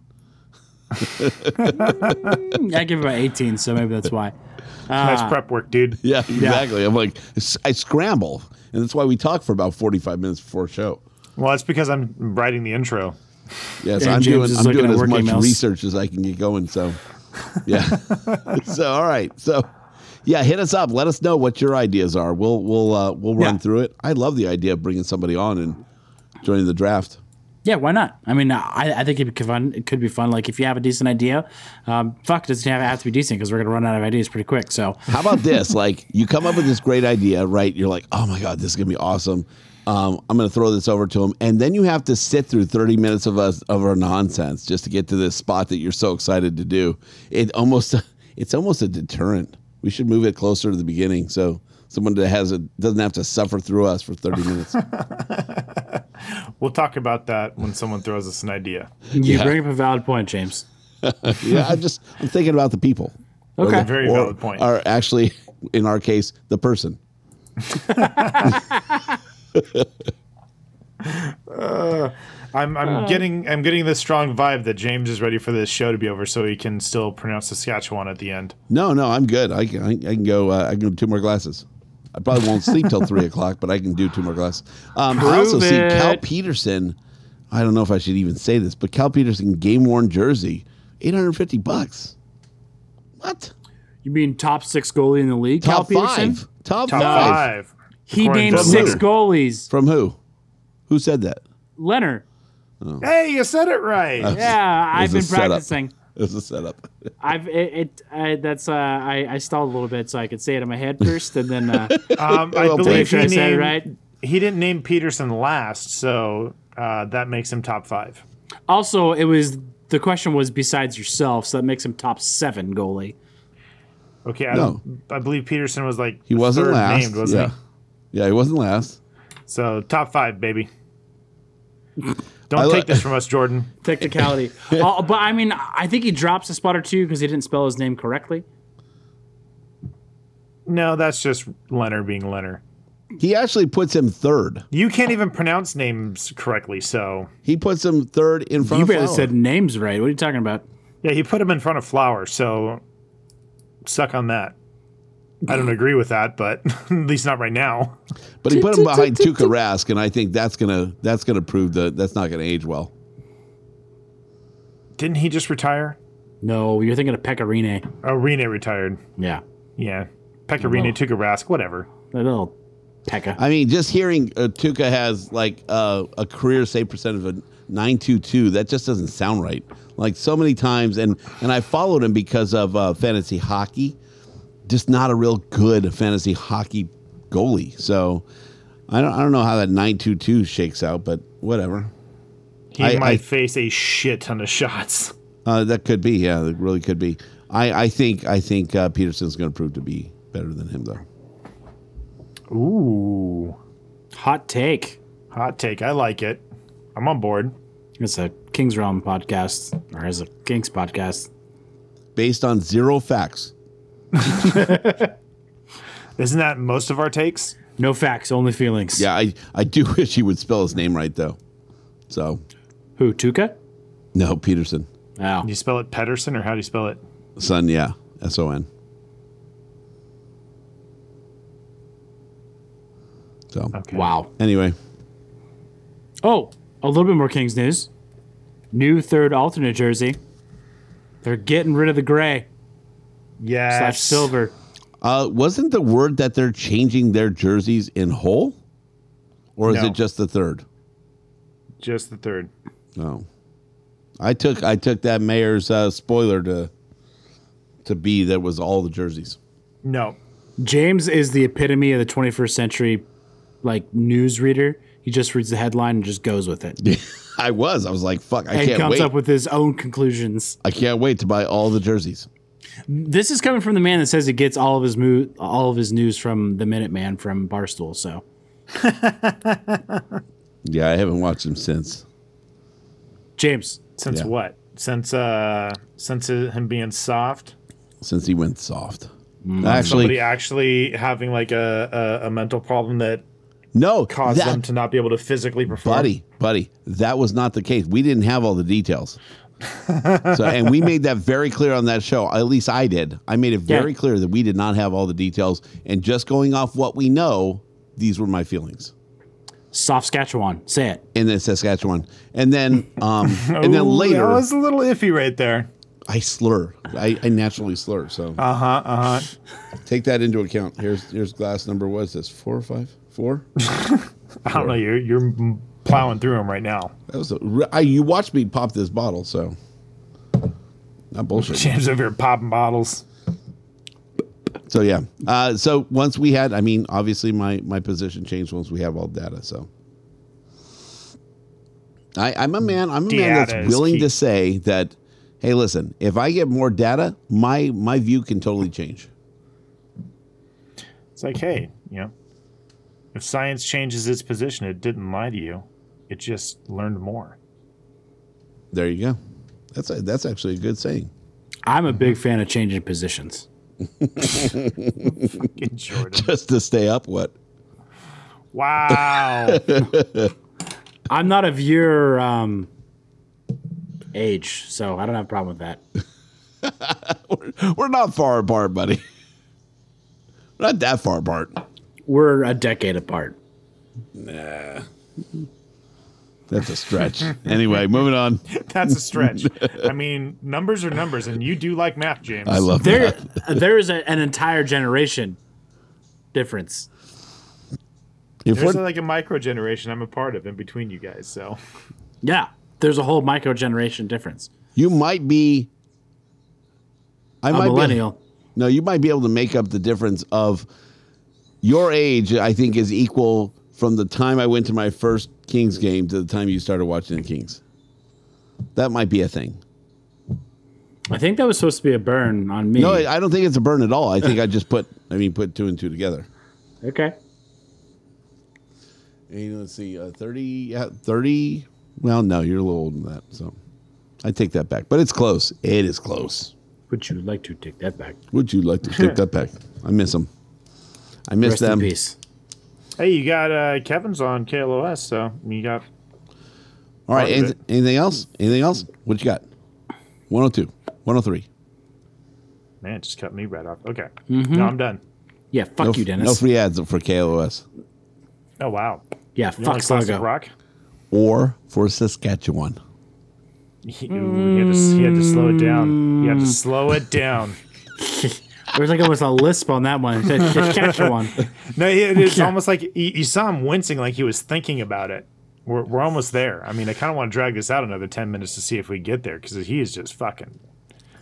Speaker 4: I give about 18, so maybe that's why. uh,
Speaker 2: nice prep work, dude.
Speaker 3: Yeah, exactly. I'm like, s- I scramble, and that's why we talk for about 45 minutes before show.
Speaker 2: Well, that's because I'm writing the intro.
Speaker 3: Yes,
Speaker 4: And
Speaker 3: I'm
Speaker 4: James
Speaker 3: doing
Speaker 4: is
Speaker 3: I'm
Speaker 4: looking
Speaker 3: doing
Speaker 4: at
Speaker 3: as
Speaker 4: work
Speaker 3: much
Speaker 4: emails.
Speaker 3: research as I can get going. So, yeah. so all right. So, yeah, hit us up. Let us know what your ideas are. We'll we'll uh, we'll run
Speaker 4: Yeah.
Speaker 3: through it. I love the idea of bringing somebody on and joining the draft.
Speaker 4: Yeah, why not? I mean, I, I think it'd be fun. It could be fun. Like, if you have a decent idea, um, fuck, does it have, have to be decent because we're going to run out of ideas pretty quick. So,
Speaker 3: How about this? Like, you come up with this great idea, right? You're like, oh my God, this is going to be awesome. Um, I'm going to throw this over to him. And then you have to sit through 30 minutes of us of our nonsense just to get to this spot that you're so excited to do. It almost it's almost a deterrent. We should move it closer to the beginning so someone that has a doesn't have to suffer through us for 30 minutes.
Speaker 2: We'll talk about that when someone throws us an idea.
Speaker 4: you bring up a valid point, James.
Speaker 3: yeah, I just I'm thinking about the people.
Speaker 4: Okay.
Speaker 3: the-
Speaker 2: Very valid point.
Speaker 3: Or actually, in our case, the person.
Speaker 2: I'm, I'm getting I'm getting this strong vibe that James is ready for this show to be over so he can still pronounce Saskatchewan at the end.
Speaker 3: No, no, I'm good. I can, I can go. Uh, I can do two more glasses. I probably won't sleep till three o'clock, but I can do two more glasses. Um, I also see
Speaker 4: it.
Speaker 3: Cal Peterson. I don't know if I should even say this, but Cal Peterson game worn jersey, eight hundred fifty bucks. What?
Speaker 4: You mean top six goalie in the league? Cal
Speaker 3: Top
Speaker 4: Peterson?
Speaker 3: five. Top,
Speaker 2: Top
Speaker 3: five.
Speaker 2: five.
Speaker 4: He
Speaker 2: According
Speaker 4: named
Speaker 2: to
Speaker 4: six
Speaker 2: Luger.
Speaker 4: goalies.
Speaker 3: From who? Who said that?
Speaker 4: Leonard.
Speaker 2: Hey, you said it right.
Speaker 3: Uh,
Speaker 4: Yeah, I've
Speaker 3: It
Speaker 4: been
Speaker 3: was a setup.
Speaker 4: practicing.
Speaker 3: It was a setup.
Speaker 4: I've it, it I, that's uh, I I stalled a little bit so I could say it in my head first and then uh,
Speaker 2: Um, I
Speaker 3: Well
Speaker 2: believe
Speaker 4: make sure I
Speaker 2: he
Speaker 4: said it
Speaker 2: named,
Speaker 4: right.
Speaker 2: he didn't name Peterson last, so uh, that makes him top five.
Speaker 4: Also, it was the question was besides yourself, so that makes him top seven goalie.
Speaker 2: Okay, I,
Speaker 3: No.
Speaker 2: don't- I believe Peterson was like
Speaker 3: He wasn't
Speaker 2: third
Speaker 3: last.
Speaker 2: named, wasn't
Speaker 3: yeah. Yeah, he wasn't last.
Speaker 2: he? So top five, baby. Don't
Speaker 3: I li-
Speaker 2: take this from us, Jordan.
Speaker 4: Technicality, uh, but I mean, I think he drops a spot or two because he didn't spell his name correctly.
Speaker 2: No, that's just Leonard being Leonard.
Speaker 3: He actually puts him third.
Speaker 2: You can't even pronounce names correctly, so
Speaker 3: He puts him third in front
Speaker 4: You
Speaker 3: of
Speaker 4: barely
Speaker 3: Flower.
Speaker 4: said names right. What are you talking about?
Speaker 2: yeah, he put him in front of Flower, so suck on that. I don't agree with that, but at least not right now.
Speaker 3: But he put him behind Tuka Rask, and I think that's gonna that's gonna prove that that's not gonna age well.
Speaker 2: Didn't he just retire?
Speaker 4: No, you're thinking of Pecorine.
Speaker 2: Oh, Rene retired.
Speaker 4: Yeah,
Speaker 2: Yeah, Pecorino took a Rask, whatever.
Speaker 4: that little Pekka.
Speaker 3: I mean, just hearing uh, Tuca has like uh, a career save percentage of nine two two, that just doesn't sound right. Like so many times, and and I followed him because of uh, fantasy hockey. Just not a real good fantasy hockey goalie. So I don't I don't know how that nine two two shakes out, but whatever.
Speaker 2: He
Speaker 3: I-
Speaker 2: might
Speaker 3: I-
Speaker 2: face a shit ton of shots.
Speaker 3: Uh, that could be, yeah, it really could be. I I think I think uh, Peterson's going to prove to be better than him though.
Speaker 2: Ooh,
Speaker 4: Hot take.
Speaker 2: hot take. I like it. I'm on board.
Speaker 4: It's a King's Realm podcast, or is a King's podcast.
Speaker 3: based on zero facts.
Speaker 2: Isn't that most of our takes?
Speaker 4: No facts, only feelings.
Speaker 3: Yeah, I, I do wish he would spell his name right though. So
Speaker 4: Who? Tuca?
Speaker 3: no, Peterson,
Speaker 4: Oh.
Speaker 2: Do you spell it Pedersen or how do you spell it?
Speaker 3: son, yeah, S O N. So
Speaker 4: Wow.
Speaker 3: anyway,
Speaker 4: Oh, a little bit more Kings news. New third alternate jersey. They're getting rid of the gray
Speaker 2: Yes.
Speaker 4: slash silver.
Speaker 3: uh, wasn't the word that they're changing their jerseys in whole, or is
Speaker 2: No.
Speaker 3: it just the third?
Speaker 2: Just the third.
Speaker 3: No, I took I took that mayor's uh, spoiler to to be that was all the jerseys.
Speaker 2: No.
Speaker 4: James is the epitome of the 21st century, like newsreader. He just reads the headline and just goes with it.
Speaker 3: I was. I was like, fuck, I
Speaker 4: and
Speaker 3: can't
Speaker 4: comes
Speaker 3: wait.
Speaker 4: up with his own conclusions.
Speaker 3: I can't wait to buy all the jerseys.
Speaker 4: This is coming from the man that says he gets all of his mo- all of his news from the Minuteman from Barstool. So
Speaker 3: Yeah, I haven't watched them since.
Speaker 4: James,
Speaker 2: Since
Speaker 3: Yeah.
Speaker 2: what? Since uh since uh, him being soft.
Speaker 3: Since he went soft. Actually,
Speaker 2: Mm. Somebody actually having like a, a, a mental problem that
Speaker 3: no,
Speaker 2: caused
Speaker 3: that,
Speaker 2: them to not be able to physically perform.
Speaker 3: buddy, buddy, that was not the case. We didn't have all the details. so, and we made that very clear on that show. At least I did. I made it
Speaker 4: Yeah.
Speaker 3: very clear that we did not have all the details. And just going off what we know, these were my feelings.
Speaker 4: soft Saskatchewan, say it.
Speaker 3: And then Saskatchewan, and then um, and then
Speaker 2: Ooh,
Speaker 3: later,
Speaker 2: That was a little iffy right there.
Speaker 3: I slur. I, I naturally slur. So
Speaker 2: Uh huh. Uh huh.
Speaker 3: take that into account. Here's here's glass number. What is this? Four or five? Four?
Speaker 2: I don't know. You're you're m- plowing through them right now.
Speaker 3: That was a, I, you watched me pop this bottle, so not bullshit.
Speaker 2: James over here popping bottles.
Speaker 3: so yeah. Uh, so once we had, I mean, obviously my my position changed once we have all data. So I, I'm a man. I'm a man
Speaker 2: Data
Speaker 3: that's
Speaker 2: is
Speaker 3: willing
Speaker 2: key.
Speaker 3: to say that. Hey, listen, if I get more data, my my view can totally change.
Speaker 2: It's like, hey, you know, if science changes its position, it didn't lie to you. It just learned more.
Speaker 3: There you go. That's a, that's actually a good saying.
Speaker 4: I'm a big fan of changing positions.
Speaker 2: Fucking Jordan.
Speaker 3: Just to stay up. What?
Speaker 2: Wow.
Speaker 4: I'm not of your um, age, so I don't have a problem with that.
Speaker 3: We're not far apart, buddy. We're not that far apart.
Speaker 4: We're a decade apart.
Speaker 3: That's a stretch. anyway, moving on.
Speaker 2: That's a stretch. I mean, numbers are numbers, and you do like math, James.
Speaker 3: I love
Speaker 4: There, uh,
Speaker 3: that.
Speaker 4: there is a, an entire generation difference.
Speaker 3: If
Speaker 2: There's
Speaker 3: we're,
Speaker 2: like a micro generation I'm a part of in between you guys. So
Speaker 4: Yeah, there's a whole micro generation difference.
Speaker 3: you might be. I
Speaker 4: A
Speaker 3: might
Speaker 4: millennial.
Speaker 3: Be, no, you might be able to make up the difference of your age. I think is equal from the time I went to my first Kings game to the time you started watching the Kings. That might be a thing.
Speaker 4: I think that was supposed to be a burn on me.
Speaker 3: No, I I don't think it's a burn at all. I think I just put. I mean, put two and two together.
Speaker 4: okay.
Speaker 3: And let's see, uh, 30, yeah, 30. Well, no, you're a little older than that. So I take that back. But it's close. It is close.
Speaker 4: Would you like to take that back?
Speaker 3: Would you like to take that back? I miss them. I miss
Speaker 4: Rest
Speaker 3: them.
Speaker 4: in peace.
Speaker 2: hey, you got uh, Kevin's on KLOS, so you got
Speaker 3: All right.
Speaker 2: Part of
Speaker 3: anyth- anything else? Anything else? What you got? 102, 103.
Speaker 2: man it just cut me right off. Okay,
Speaker 3: Mm-hmm.
Speaker 2: no, I'm done.
Speaker 4: Yeah, fuck
Speaker 3: No,
Speaker 4: you,
Speaker 3: f-
Speaker 4: Dennis.
Speaker 3: No free ads for KLOS
Speaker 2: Oh wow,
Speaker 4: yeah,
Speaker 2: you
Speaker 4: fuck
Speaker 2: like classic
Speaker 4: Sluggo.
Speaker 2: rock.
Speaker 3: or for Saskatchewan.
Speaker 2: He, ooh, he, had to, he had to slow it down. He
Speaker 3: Mm.
Speaker 2: had to slow it down.
Speaker 4: There's like almost a lisp on that one. Saskatchewan.
Speaker 2: No, it, it's almost like you, you saw him wincing, like he was thinking about it. We're, we're almost there. I mean, I kind of want to drag this out another ten minutes to see if we get there because he is just fucking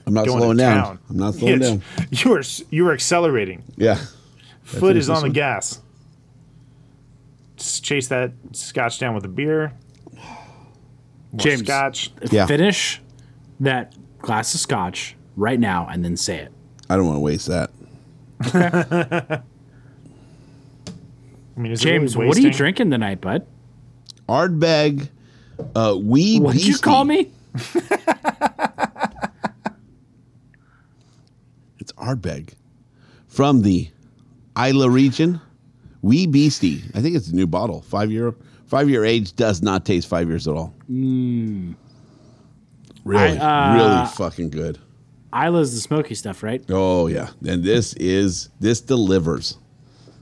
Speaker 3: I'm not
Speaker 2: going
Speaker 3: slowing
Speaker 2: to
Speaker 3: down.
Speaker 2: town.
Speaker 3: I'm not slowing
Speaker 2: It's-
Speaker 3: down.
Speaker 2: You are s- you are accelerating.
Speaker 3: Yeah.
Speaker 2: Foot
Speaker 3: finish
Speaker 2: is
Speaker 3: this
Speaker 2: on the
Speaker 3: one?
Speaker 2: gas. Just chase that scotch down with a beer. More
Speaker 4: James.
Speaker 2: Scotch.
Speaker 3: Yeah.
Speaker 4: Finish that glass of scotch right now and then say it.
Speaker 3: I don't want to waste that.
Speaker 2: I mean, is it really
Speaker 4: James, what are you
Speaker 2: wasting?
Speaker 4: drinking tonight, bud?
Speaker 3: Ardbeg, uh, Wee
Speaker 4: What'd you
Speaker 3: Beastie.
Speaker 4: call me?
Speaker 3: It's Ardbeg from the Isla region. Wee Beastie. I think it's a new bottle. Five year five year age does not taste five years at all. Really,
Speaker 4: Hmm. I, uh,
Speaker 3: really fucking good.
Speaker 4: Isla's the smoky stuff, right?
Speaker 3: Oh yeah, and this is this delivers.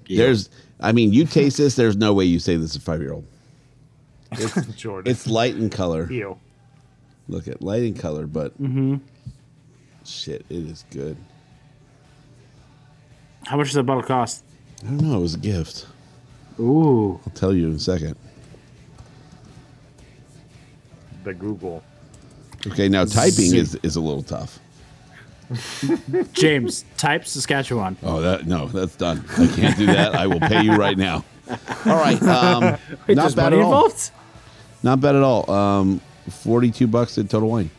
Speaker 3: There's I mean, you taste this. There's no way you say this is five year old.
Speaker 2: Jordan.
Speaker 3: It's light in color.
Speaker 2: you.
Speaker 3: Look at light in color, but
Speaker 4: Mm-hmm.
Speaker 3: shit, it is good.
Speaker 4: How much does that bottle cost?
Speaker 3: I don't know. It was a gift.
Speaker 4: Ooh,
Speaker 3: I'll tell you in a second.
Speaker 2: The Google.
Speaker 3: Okay, now typing is, is a little tough.
Speaker 4: James, type Saskatchewan.
Speaker 3: Oh, that no, that's done. I can't do that. I will pay you right now. All right, um,
Speaker 4: Wait,
Speaker 3: not
Speaker 4: there's
Speaker 3: bad
Speaker 4: money
Speaker 3: at all.
Speaker 4: involved?
Speaker 3: Not bad at all. Um, Forty-two bucks in total wine.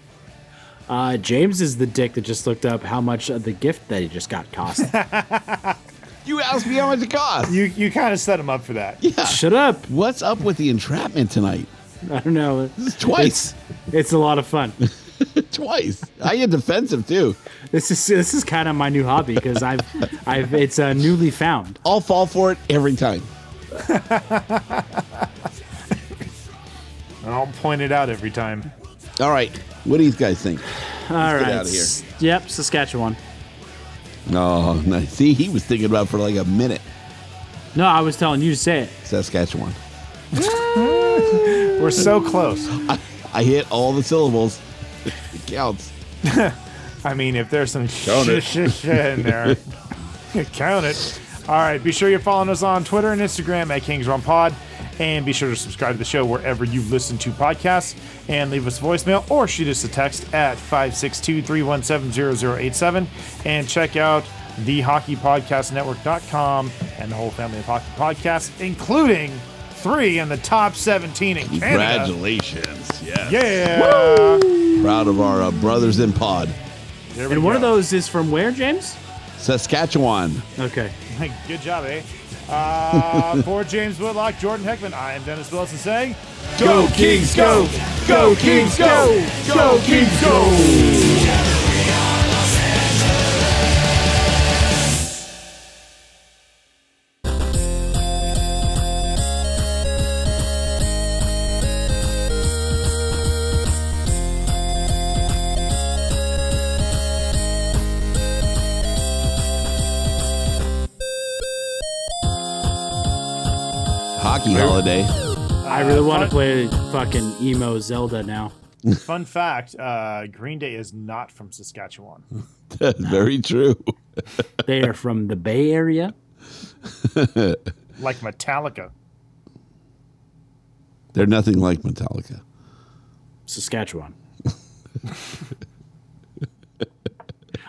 Speaker 4: Uh, James is the dick that just looked up how much of the gift that he just got cost.
Speaker 3: You asked me how much it cost.
Speaker 2: You you kind of set him up for that.
Speaker 4: Shut up!
Speaker 3: What's up with the entrapment tonight?
Speaker 4: I don't know.
Speaker 3: This is twice,
Speaker 4: It's a lot of fun.
Speaker 3: twice. I get defensive too.
Speaker 4: This is this is kind of my new hobby because I've I've it's uh, newly found.
Speaker 3: I'll fall for it every time.
Speaker 2: And I'll point it out every time.
Speaker 3: All right, what do you guys think?
Speaker 4: All right.
Speaker 3: outta here.
Speaker 4: S- Yep, Saskatchewan.
Speaker 3: Oh, nice. See, he was thinking about it for like a minute.
Speaker 4: No, I was telling you to say it.
Speaker 3: Saskatchewan.
Speaker 2: We're so close.
Speaker 3: I hit all the syllables. It counts.
Speaker 2: I mean, if there's some
Speaker 3: Count
Speaker 2: shit
Speaker 3: it.
Speaker 2: sh- sh- in there, count it. All right, be sure you're following us on Twitter and Instagram at Kings Run Pod, and be sure to subscribe to the show wherever you listen to podcasts, and leave us a voicemail or shoot us a text at 562-317-0087, and check out the hockeypodcastnetwork.com and the whole family of hockey podcasts, including three in the top 17 in Canada.
Speaker 3: Congratulations. Yes.
Speaker 2: Yeah.
Speaker 3: Proud of our uh, brothers in pod.
Speaker 2: There we
Speaker 4: And one
Speaker 2: go.
Speaker 4: of those is from where, James?
Speaker 3: Saskatchewan.
Speaker 4: Okay.
Speaker 2: Good job, eh? Uh, for James Woodlock, Jordan Heckman, I am Dennis Wilson saying,
Speaker 3: Go Kings, go! Go Kings, go! Go Kings, go! Hockey holiday.
Speaker 4: I really want to play fucking emo Zelda now.
Speaker 2: fun fact, uh, Green Day is not from Saskatchewan.
Speaker 3: That's very true.
Speaker 4: They are from the Bay Area.
Speaker 2: Like Metallica.
Speaker 3: They're nothing like Metallica.
Speaker 4: Saskatchewan.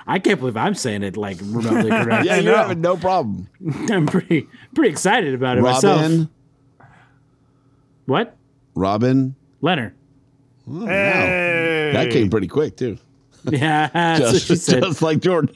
Speaker 4: I can't believe I'm saying it like remotely correct.
Speaker 3: Yeah, you're having no problem.
Speaker 4: I'm pretty pretty excited about it myself.
Speaker 3: Robin,
Speaker 4: What?
Speaker 3: Robin. Oh,
Speaker 4: Leonard.
Speaker 2: Hey!
Speaker 3: That came pretty quick too.
Speaker 4: Yeah, that's what
Speaker 3: Just,
Speaker 4: she said.
Speaker 3: just like Jordan.